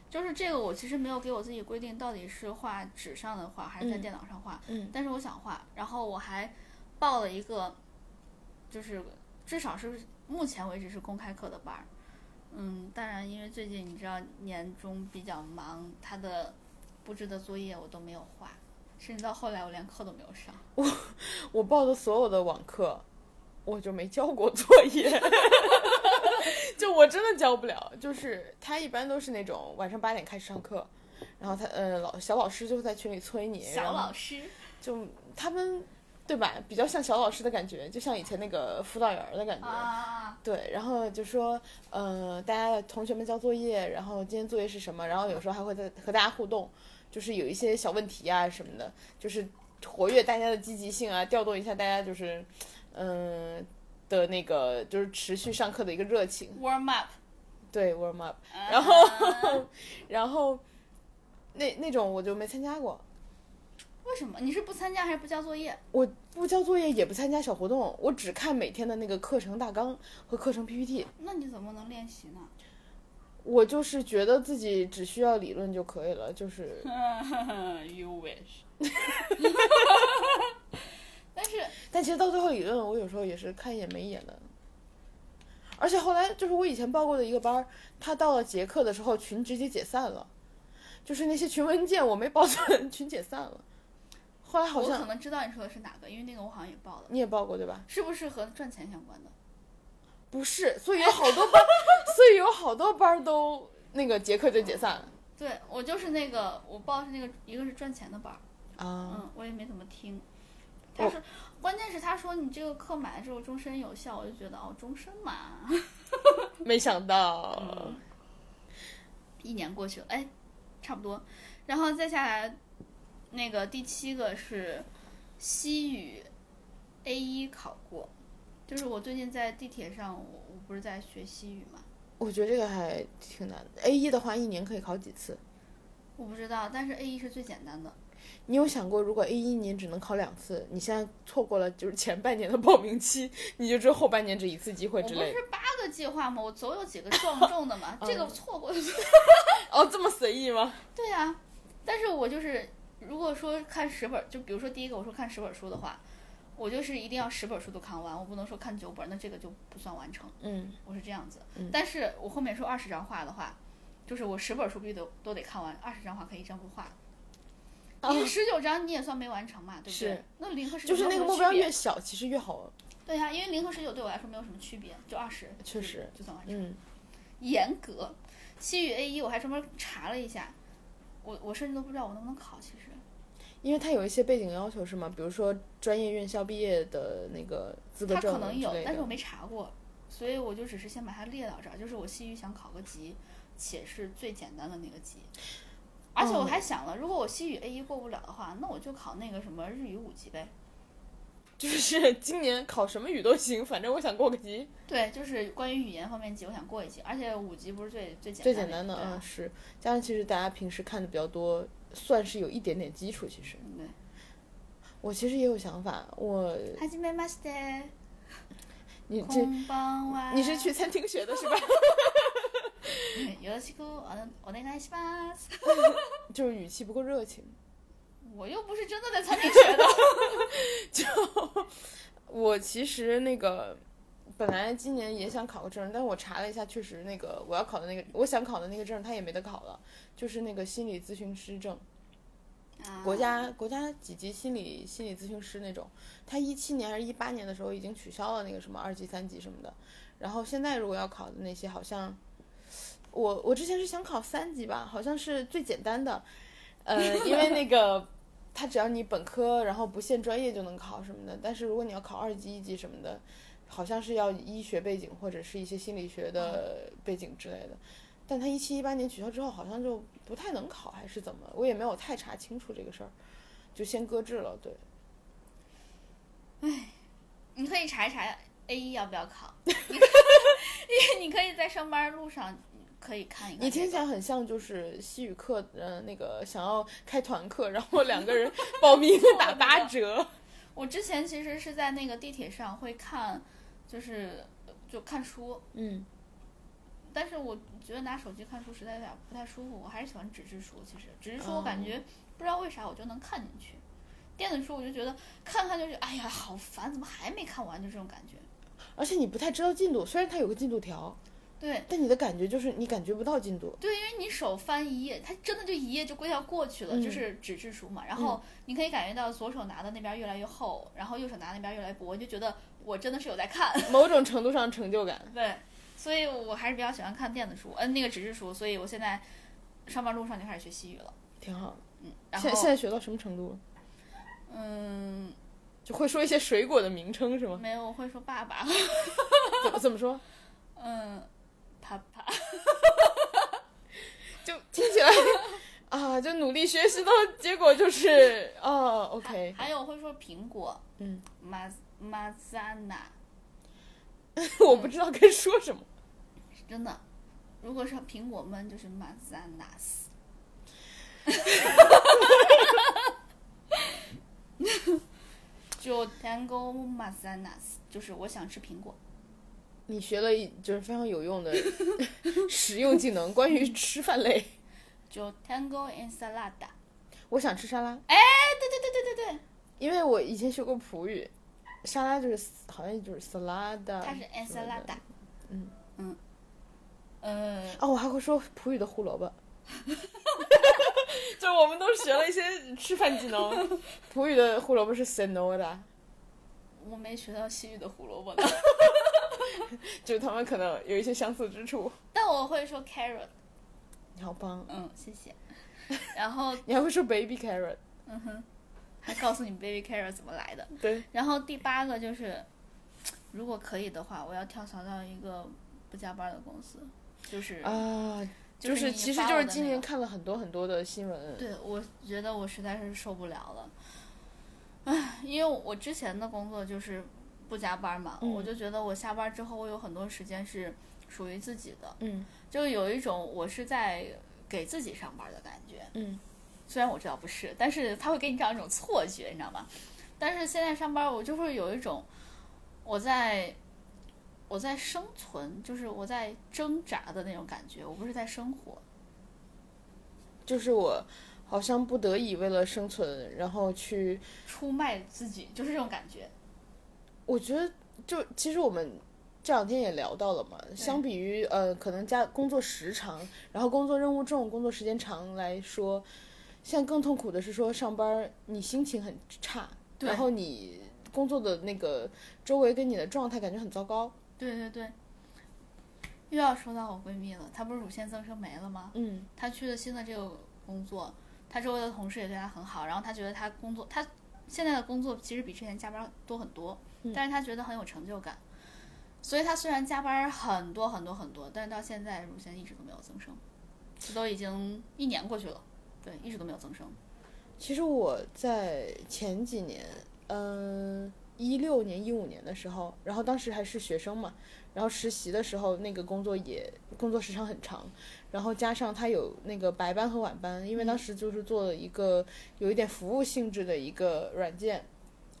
S1: 就是这个我其实没有给我自己规定到底是画纸上的画还是在
S2: 嗯
S1: 电脑上画，
S2: 嗯
S1: 但是我想画，然后我还报了一个，就是至少是目前为止是公开课的班儿。嗯，当然，因为最近你知道年终比较忙，他的布置的作业我都没有画，甚至到后来我连课都没有上。
S2: 我报的所有的网课，我就没交过作业， 就我真的交不了。就是他一般都是那种晚上八点开始上课，然后他呃老小老师就会在群里催你，
S1: 小
S2: 然后
S1: 老师，
S2: 就他们对吧，比较像小老师的感觉，就像以前那个辅导员儿的感觉。
S1: 啊，
S2: 对，然后就说，呃，大家同学们交作业，然后今天作业是什么，然后有时候还会在和大家互动，就是有一些小问题啊什么的，就是活跃大家的积极性啊，调动一下大家就是，嗯、的那个就是持续上课的一个热情，
S1: warm up，啊
S2: 对，warm up。
S1: 然后、
S2: 然后那那种我就没参加过，
S1: 为什么你是不参加还是不交作业？
S2: 我不交作业也不参加小活动，我只看每天的那个课程大纲和课程 PPT。
S1: 那你怎么能练习呢？
S2: 我就是觉得自己只需要理论就可以了，就是。
S1: you wish 。 但是
S2: 但其实到最后理论，我有时候也是看一眼没一眼的。而且后来就是我以前报过的一个班儿，他到了结课的时候，群直接解散了，就是那些群文件我没保存， 群解散了。后来好
S1: 我可
S2: 像
S1: 能知道你说的是哪个，因为那个我好像也报了，
S2: 你也报过对吧？
S1: 是不是和赚钱相关的？
S2: 不是，所以有好 多班儿，所以有好多班儿都那个结课就解散了
S1: 对我就是那个，我报的是那个，一个是赚钱的班儿，
S2: 啊。
S1: 嗯，我也没怎么听。他
S2: 我
S1: 说，关键是他说你这个课买了之后终身有效，我就觉得哦，终身嘛。
S2: 没想到，
S1: 一年过去了，哎，差不多。然后再下来，那个第七个是西语 A 一考过，就是我最近在地铁上，我我不是在学西语嘛，
S2: 我觉得这个还挺难的。A 一的话，一年可以考几次？
S1: 我不知道，但是 A 一是最简单的。
S2: 你有想过，如果 A 一年只能考两次，你现在错过了就是前半年的报名期，你就只有后半年只一次机会
S1: 我
S2: 之
S1: 不
S2: 类的。嗯
S1: 是八个计划嘛，我总有 几个撞中的嘛，这个错过就
S2: 哦，这么随意吗？
S1: 对呀、但是我就是如果说看十本，就比如说第一个我说看十本书的话，我就是一定要十本书都看完，我不能说看九本，那这个就不算完成。
S2: 嗯，
S1: 我是这样子。但是我后面说二十张画的话，就是我十本书必须都都得看完，二十张画可以一张不画。因为十九章你也算没完成嘛，对不对
S2: 哦是？
S1: 那零和十九
S2: 就是那个目标
S1: 没有什么区啊
S2: 越小，其实越好。
S1: 别对呀、因为零和十九对我来说没有什么区别，就二十，
S2: 确实
S1: 就算完成。
S2: 嗯，
S1: 严格，西语 A 一我还专门查了一下，我我甚至都不知道我能不能考，其实。
S2: 因为它有一些背景要求是吗？比如说专业院校毕业的那个资格
S1: 他
S2: 证
S1: 可能有
S2: 之类，的
S1: 但是我没查过，所以我就只是先把它列到这儿。就是我西语想考个级，且是最简单的那个级。而
S2: 哦
S1: 且我还想了，如果我西语 A 一过不了的话，那我就考那个什么日语五级呗。
S2: 就是 今年考什么语都行，反正我想过个级，
S1: 对，就是关于语言方面级，我想过一级，而且五级不是最最简
S2: 最
S1: 单
S2: 简单的
S1: 的，对
S2: 啊
S1: 啊
S2: 是。加上其实大家平时看的比较多，算是有一点点基础。其实
S1: 嗯对。
S2: 我其实也有想法，我
S1: はじめまして。
S2: 你
S1: こ
S2: 这
S1: んばんは。
S2: 你 是去餐厅学的是吧？
S1: 嗯？よろしくお願いします。
S2: 就是语气不够热情。
S1: 我又不是真的在餐厅 学的。
S2: 我其实那个本来今年也想考个证，但我查了一下，确实那个我要考的那个我想考的那个证，他也没得考了，就是那个心理咨询师证，
S1: 啊
S2: 国家国家几级心理心理咨询师那种。他一七年还是一八年的时候已经取消了那个什么二级、三级什么的，然后现在如果要考的那些，好像我我之前是想考三级吧，好像是最简单的，呃，因为那个。他只要你本科，然后不限专业就能考什么的。但是如果你要考二级、一级什么的，好像是要医学背景或者是一些心理学的背景之类的。但他一七一八年取消之后，好像就不太能考，还是怎么？我也没有太查清楚这个事儿，就先搁置了。对，
S1: 你可以查一查 A 一要不要 考，你你可以在上班路上可以看一看、
S2: 你听起来很像就是西语课，呃，那个想要开团课，然后两个人报名打八折。
S1: 我之前其实是在那个地铁上会看，就是就看书，
S2: 嗯，
S1: 但是我觉得拿手机看书实在有点不太舒服，我还是喜欢纸质书。其实纸质书我感
S2: 哦
S1: 觉不知道为啥我就能看进去，电子书我就觉得看看就是哎呀好烦，怎么还没看完就这种感觉。
S2: 而且你不太知道进度，虽然它有个进度条，
S1: 对
S2: 但你的感觉就是你感觉不到进度。
S1: 对，因为你手翻一页，它真的就一页就归要过去了，
S2: 嗯
S1: 就是纸质书嘛。然后你可以感觉到左手拿的那边越来越厚，然后右手拿的那边越来越薄，我就觉得我真的是有在看。
S2: 某种程度上成就感。
S1: 对，所以我还是比较喜欢看电子书，嗯、那个纸质书，所以我现在上班路上就开始学西语了，
S2: 挺好。
S1: 嗯，然
S2: 现现
S1: 后
S2: 在学到什么程度了？
S1: 嗯，
S2: 就会说一些水果的名称是吗？
S1: 没有，我会说爸爸，
S2: 怎么怎么说？
S1: 嗯，啪啪，
S2: 就听起来啊，就努力学习到结果就是哦，OK，
S1: 还有我会说苹果，
S2: 嗯，
S1: 马马扎纳，
S2: 我不知道该说什么。
S1: 是真的，如果是苹果闷就是马扎纳斯。就 tango m a z a n a s 就是我想吃苹果。
S2: 你学了一就是非常有用的 实用技能，关于吃饭类。
S1: 就 tango ensalada。
S2: 我想吃沙拉，
S1: 哎，对对对对对对，
S2: 因为我以前学过葡语，沙拉就是好像就是 salad，
S1: 它是
S2: 什么的
S1: ensalada。
S2: 嗯
S1: 嗯，呃，
S2: 哦，我还会说葡语的胡萝卜。 就是我们都学了一些吃饭技能，葡语的胡萝卜是 cenola，
S1: 我没学到西域的胡萝卜呢，
S2: 就是他们可能有一些相似之处。
S1: 但我会说 carrot。
S2: 你好棒！
S1: 嗯，谢谢。 然后，
S2: 你还会说 baby carrot，
S1: 嗯哼，还告诉你 baby carrot 怎么来的。
S2: 对，
S1: 然后第八个就是，如果可以的话，我要跳槽到一个不加班的公司，就是
S2: 啊，就是是
S1: 你
S2: 其实
S1: 发
S2: 就
S1: 我
S2: 是
S1: 的
S2: 今
S1: 那
S2: 年
S1: 个
S2: 看了很多很多的新闻，
S1: 对，我觉得我实在是受不了了，唉，因为我之前的工作就是不加班嘛，
S2: 嗯
S1: 我就觉得我下班之后，我有很多时间是属于自己的，
S2: 嗯
S1: 就有一种我是在给自己上班的感觉。
S2: 嗯，
S1: 虽然我知道不是，但是他会给你这样一种错觉，你知道吗？但是现在上班，我就会有一种我在我在生存，就是我在挣扎的那种感觉，我不是在生活。
S2: 就是我好像不得已为了生存，然后去，
S1: 出卖自己就是这种感觉，
S2: 我觉得就其实我们。这两天也聊到了嘛，相比于呃，可能加工作时长，然后工作任务重、工作时间长来说，现在更痛苦的是说上班儿你心情很差，
S1: 对
S2: 然后你工作的那个周围跟你的状态感觉很糟糕，
S1: 对对对，又要说到我闺蜜了，她不是乳腺增生没了吗？
S2: 嗯，
S1: 她去了新的这个工作，她周围的同事也对她很好，然后她觉得她工作，她现在的工作其实比之前加班多很多，但是她觉得很有成就感，所以她虽然加班很多很多很多，但是到现在乳腺一直都没有增生，这都已经一年过去了，对，一直都没有增生。
S2: 其实我在前几年，嗯，一六年、一五年的时候，然后当时还是学生嘛，然后实习的时候，那个工作也工作时长很长，然后加上它有那个白班和晚班，因为当时就是做了一个有一点服务性质的一个软件，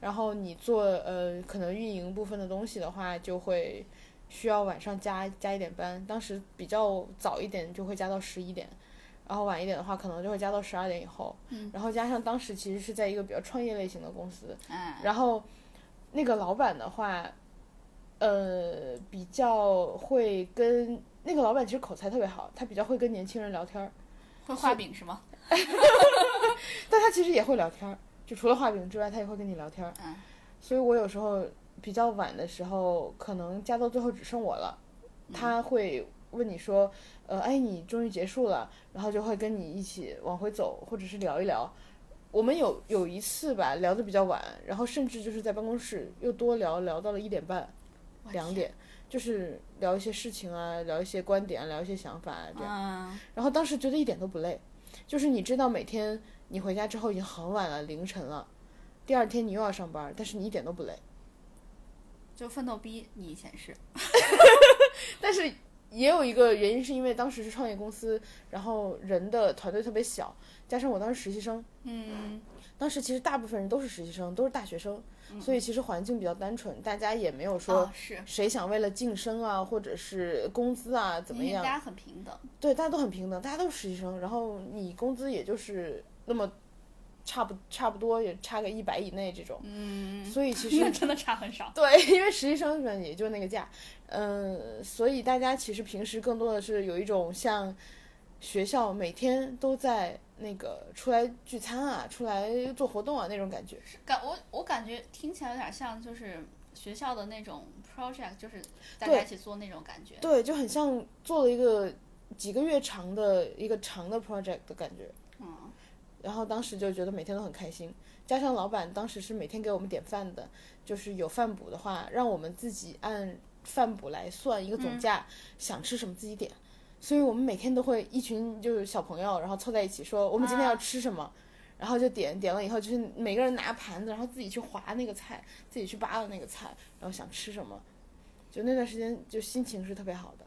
S2: 然后你做呃可能运营部分的东西的话，就会需要晚上加加一点班，当时比较早一点就会加到十一点。然后晚一点的话，可能就会加到十二点以后。
S1: 嗯
S2: 然后加上当时其实是在一个比较创业类型的公司，
S1: 哎，
S2: 然后那个老板的话，呃，比较会跟那个老板其实口才特别好，他比较会跟年轻人聊天儿，
S1: 会画饼是吗？
S2: 但他其实也会聊天儿，就除了画饼之外，他也会跟你聊天儿。
S1: 嗯
S2: 所以我有时候比较晚的时候，可能加到最后只剩我了，
S1: 嗯
S2: 他会问你说，呃，哎，你终于结束了，然后就会跟你一起往回走，或者是聊一聊。我们有有一次吧，聊得比较晚，然后甚至就是在办公室又多聊，聊到了一点半、
S1: 我
S2: 两
S1: 天。
S2: 点，就是聊一些事情啊，聊一些观点啊，聊一些想法啊，这样。
S1: 嗯，
S2: 然后当时觉得一点都不累，就是你知道每天你回家之后已经很晚了，凌晨了，第二天你又要上班，但是你一点都不累。
S1: 就奋斗逼，你以前是
S2: 但是也有一个原因，是因为当时是创业公司，然后人的团队特别小，加上我当时实习生，
S1: 嗯，
S2: 当时其实大部分人都是实习生，都是大学生，所以其实环境比较单纯，大家也没有说
S1: 哦、是
S2: 谁想为了晋升啊，或者是工资啊怎么
S1: 因为
S2: 样
S1: 大，家很平等，
S2: 对，大家都很平等，大家都是实习生，然后你工资也就是那么差不差不多也差个一百以内这种，
S1: 嗯，
S2: 所以其实
S1: 那 真的差很少。
S2: 对，因为实习生们也就那个价，嗯，所以大家其实平时更多的是有一种像学校每天都在那个出来聚餐啊、出来做活动啊那种感觉。
S1: 感我我感觉听起来有点像就是学校的那种 project，就是大
S2: 对
S1: 家一起做那种感觉。
S2: 对，就很像做了一个几个月长的一个长的 project 的感觉。
S1: 嗯，
S2: 然后当时就觉得每天都很开心，加上老板当时是每天给我们点饭的，就是有饭补的话，让我们自己按饭补来算一个总价，想吃什么自己点。所以我们每天都会一群就是小朋友，然后凑在一起说我们今天要吃什么，然后就点点了以后，就是每个人拿盘子，然后自己去划那个菜，自己去扒拉那个菜，然后想吃什么，就那段时间就心情是特别好的。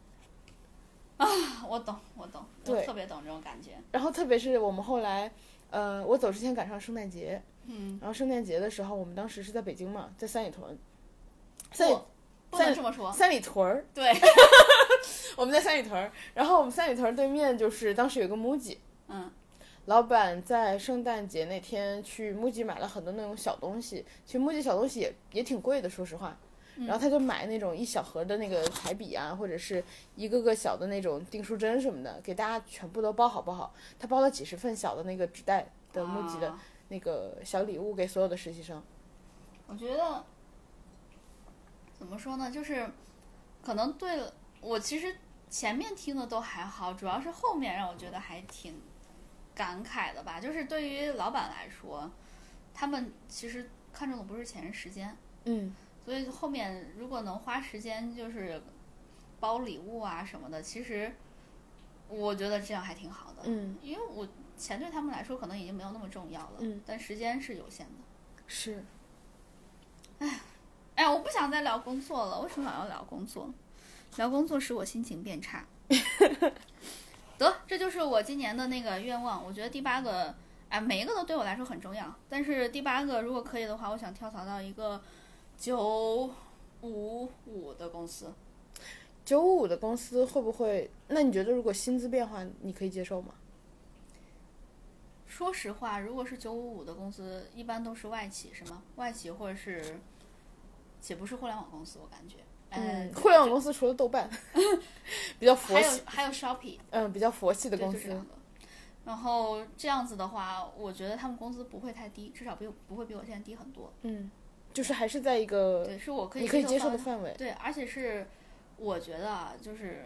S1: 啊我懂，我懂，我
S2: 对
S1: 特别懂这种感觉。
S2: 然后特别是我们后来，呃，我走之前赶上圣诞节，
S1: 嗯，
S2: 然后圣诞节的时候，我们当时是在北京嘛，在三里屯，三里
S1: 不，不能这么说。
S2: 三里屯儿，
S1: 哦对，
S2: 我们在三里屯儿，然后我们三里屯儿对面就是当时有个 MUJI，
S1: 嗯，
S2: 老板在圣诞节那天去 MUJI 买了很多那种小东西，其实 MUJI 小东西也也挺贵的，说实话。
S1: 嗯
S2: 然后他就买那种一小盒的那个彩笔啊，或者是一个个小的那种订书针什么的，给大家全部都包好包好。他包了几十份小的那个纸袋的 MUJI 的
S1: 啊
S2: 那个小礼物给所有的实习生。
S1: 我觉得怎么说呢，就是可能对了我其实前面听的都还好，主要是后面让我觉得还挺感慨的吧。就是对于老板来说，他们其实看重的不是钱，是时间。
S2: 嗯，
S1: 所以后面如果能花时间就是包礼物啊什么的，其实我觉得这样还挺好的。
S2: 嗯，
S1: 因为我钱对他们来说可能已经没有那么重要了，
S2: 嗯，
S1: 但时间是有限的。
S2: 是。
S1: 哎呀，我不想再聊工作了，为什么老要聊工作？聊工作使我心情变 差。得，这就是我今年的那个愿望。我觉得第八个，哎，每一个都对我来说很重要，但是第八个如果可以的话，我想跳槽到一个九五五的公司。
S2: 九五的公司会不会？那你觉得如果薪资变化，你可以接受吗？
S1: 嗯说实话，如果是九五五的公司，一般都是外企，是吗？外企或者是，且不是互联网公司，我感觉，呃
S2: 嗯互联网公司除了豆瓣， 比较佛
S1: 还
S2: 系，
S1: 有还有 Shopee，
S2: 嗯，比较佛系的
S1: 对，
S2: 公
S1: 就
S2: 司
S1: 这，两个。然后这样子的话，我觉得他们工资不会太低，至少比我不会比我现在低很多。
S2: 嗯，就是还是在一个
S1: 对，是我可以
S2: 你可以接受
S1: 范
S2: 的
S1: 围
S2: 范围。
S1: 对，而且是我觉得啊，就是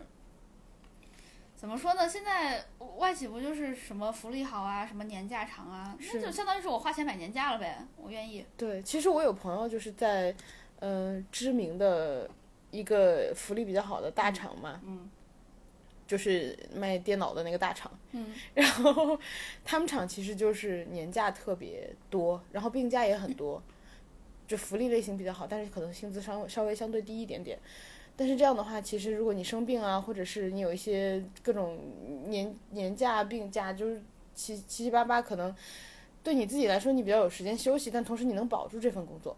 S1: 怎么说呢？现在外企不就是什么福利好啊，什么年假长啊，那
S2: 是
S1: 就相当于是我花钱买年假了呗，我愿意。
S2: 对，其实我有朋友就是在，呃，知名的一个福利比较好的大厂嘛，
S1: 嗯，
S2: 就是卖电脑的那个大厂，
S1: 嗯，
S2: 然后他们厂其实就是年假特别多，然后病假也很多，就福利类型比较好，但是可能薪资稍稍微相对低一点点。但是这样的话，其实如果你生病啊，或者是你有一些各种年年假、病假，就是七七七八八，可能对你自己来说你比较有时间休息，但同时你能保住这份工作。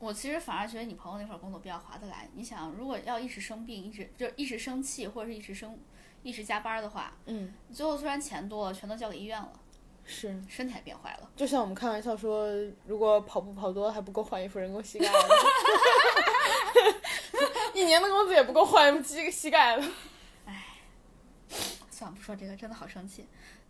S1: 我其实反而觉得你朋友那份工作比较划得来。你想，如果要一直生病，一直就一直生气，或者是一直生一直加班的话，
S2: 嗯，
S1: 最后虽然钱多了，全都交给医院了，
S2: 是，
S1: 身体还变坏了。
S2: 就像我们开玩笑说，如果跑步跑多了还不够换一副人工膝盖了， 一年的工资也不够换膝膝盖了。
S1: 算了，不说这个，真的好生气。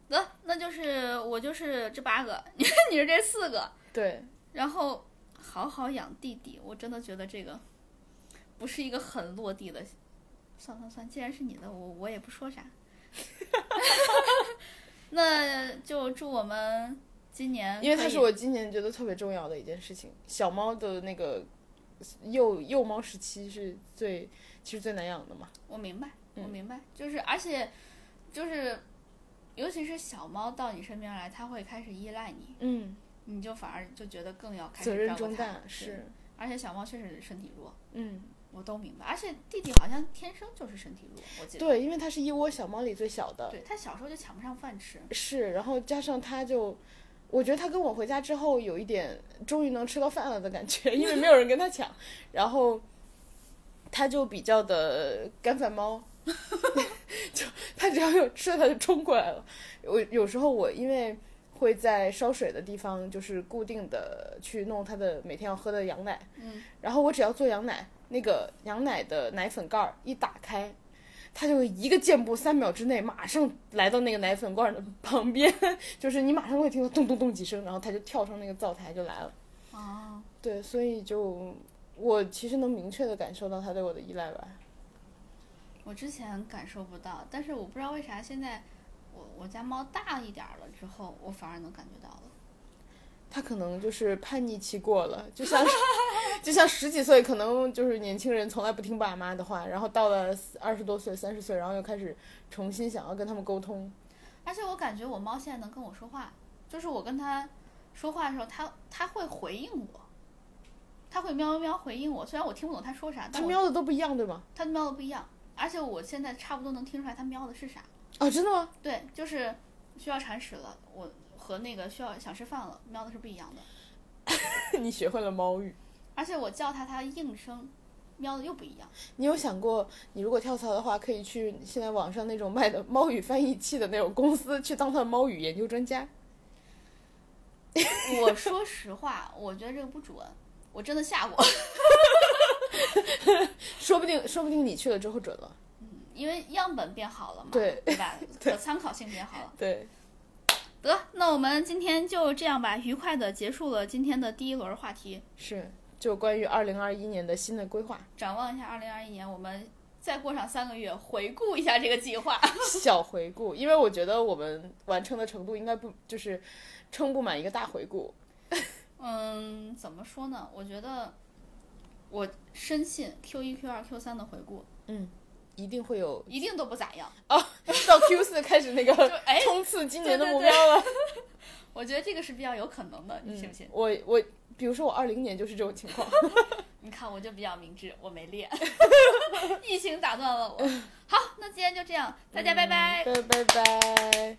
S1: 得，那就是我就是这八个， 你你是这四个，
S2: 对，
S1: 然后好好养弟弟，我真的觉得这个不是一个很落地的。算算算，既然是你的，我我也不说啥。 那就祝我们今年，
S2: 因为它是我今年觉得特别重要的一件事情。小猫的那个幼幼猫时期是最其实最难养的嘛。
S1: 我明白，
S2: 嗯
S1: 我明白，就是而且就是，尤其是小猫到你身边来，它会开始依赖你，
S2: 嗯，
S1: 你就反而就觉得更要开始
S2: 责任
S1: 照顾
S2: 重
S1: 它
S2: 大
S1: 对
S2: 是，
S1: 而且小猫确实身体弱，
S2: 嗯，
S1: 我都明白。而且弟弟好像天生就是身体弱，我记得，
S2: 对，因为它是一窝小猫里最小的，
S1: 对他小时候就抢不上饭吃。
S2: 是，然后加上它就。我觉得它跟我回家之后有一点终于能吃到饭了的感觉，因为没有人跟它抢，然后它就比较的干饭猫， 就它只要有吃的它就冲过来了。我有时候我因为会在烧水的地方就是固定的去弄它的每天要喝的羊奶，
S1: 嗯，
S2: 然后我只要做羊奶，那个羊奶的奶粉盖儿一打开，它就一个箭步，三秒之内马上来到那个奶粉罐儿的旁边， 就是你马上会听到咚咚咚几声，然后它就跳上那个灶台就来了。
S1: 哦，
S2: 对，所以就我其实能明确的感受到它对我的依赖吧。
S1: 我之前感受不到，但是我不知道为啥现在我我家猫大一点儿了之后，我反而能感觉到了。
S2: 它可能就是叛逆期过了，就 像就像十几岁，可能就是年轻人从来不听爸妈的话，然后到了二十多岁、三十岁，然后又开始重新想要跟他们沟通。
S1: 而且我感觉我猫现在能跟我说话，就是我跟它说话的时候，它它会回应我，它会喵喵喵回应我。虽然我听不懂它说啥，
S2: 它
S1: 但我
S2: 喵的都不一样，对吗？
S1: 它喵的不一样，而且我现在差不多能听出来它喵的是啥。
S2: 哦，真的吗？
S1: 对，就是需要铲屎了，我和那个需要想吃饭了喵的是不一样的。
S2: 你学会了猫语。
S1: 而且我叫它，它应声喵的又不一 样。
S2: 你有想过，你如果跳槽的话，可以去现在网上那种卖的猫语翻译器的那种公司，去当他的猫语研究专家。
S1: 我说实话，我觉得这个不准，我真的吓过，
S2: 说不定，说不定你去了之后准了。
S1: 因为样本变好了嘛，
S2: 对
S1: 吧？可参考性变好了。
S2: 对，
S1: 得，那我们今天就这样吧，愉快的结束了今天的第一轮话题，
S2: 是，就关于二零二一年的新的规划，
S1: 展望一下二零二一年，我们再过上三个月，回顾一下这个计划。
S2: 小回顾，因为我觉得我们完成的程度应该不就是撑不满一个大回顾。
S1: 嗯，怎么说呢？我觉得我深信 Q 一、Q 二、Q 三的回顾
S2: 嗯，一定会有
S1: 一定都不咋样，
S2: 到 Q 四开始那个
S1: 哦就哎，
S2: 冲刺今年的
S1: 对对
S2: 目
S1: 对
S2: 标了。
S1: 我觉得这个是比较有可能的，你信不信？
S2: 我我，比如说我二零年就是这种 情况。
S1: 你看我就比较明智，我没列，疫情打断了我。好，那今天就这样，大家拜拜。
S2: 拜拜拜。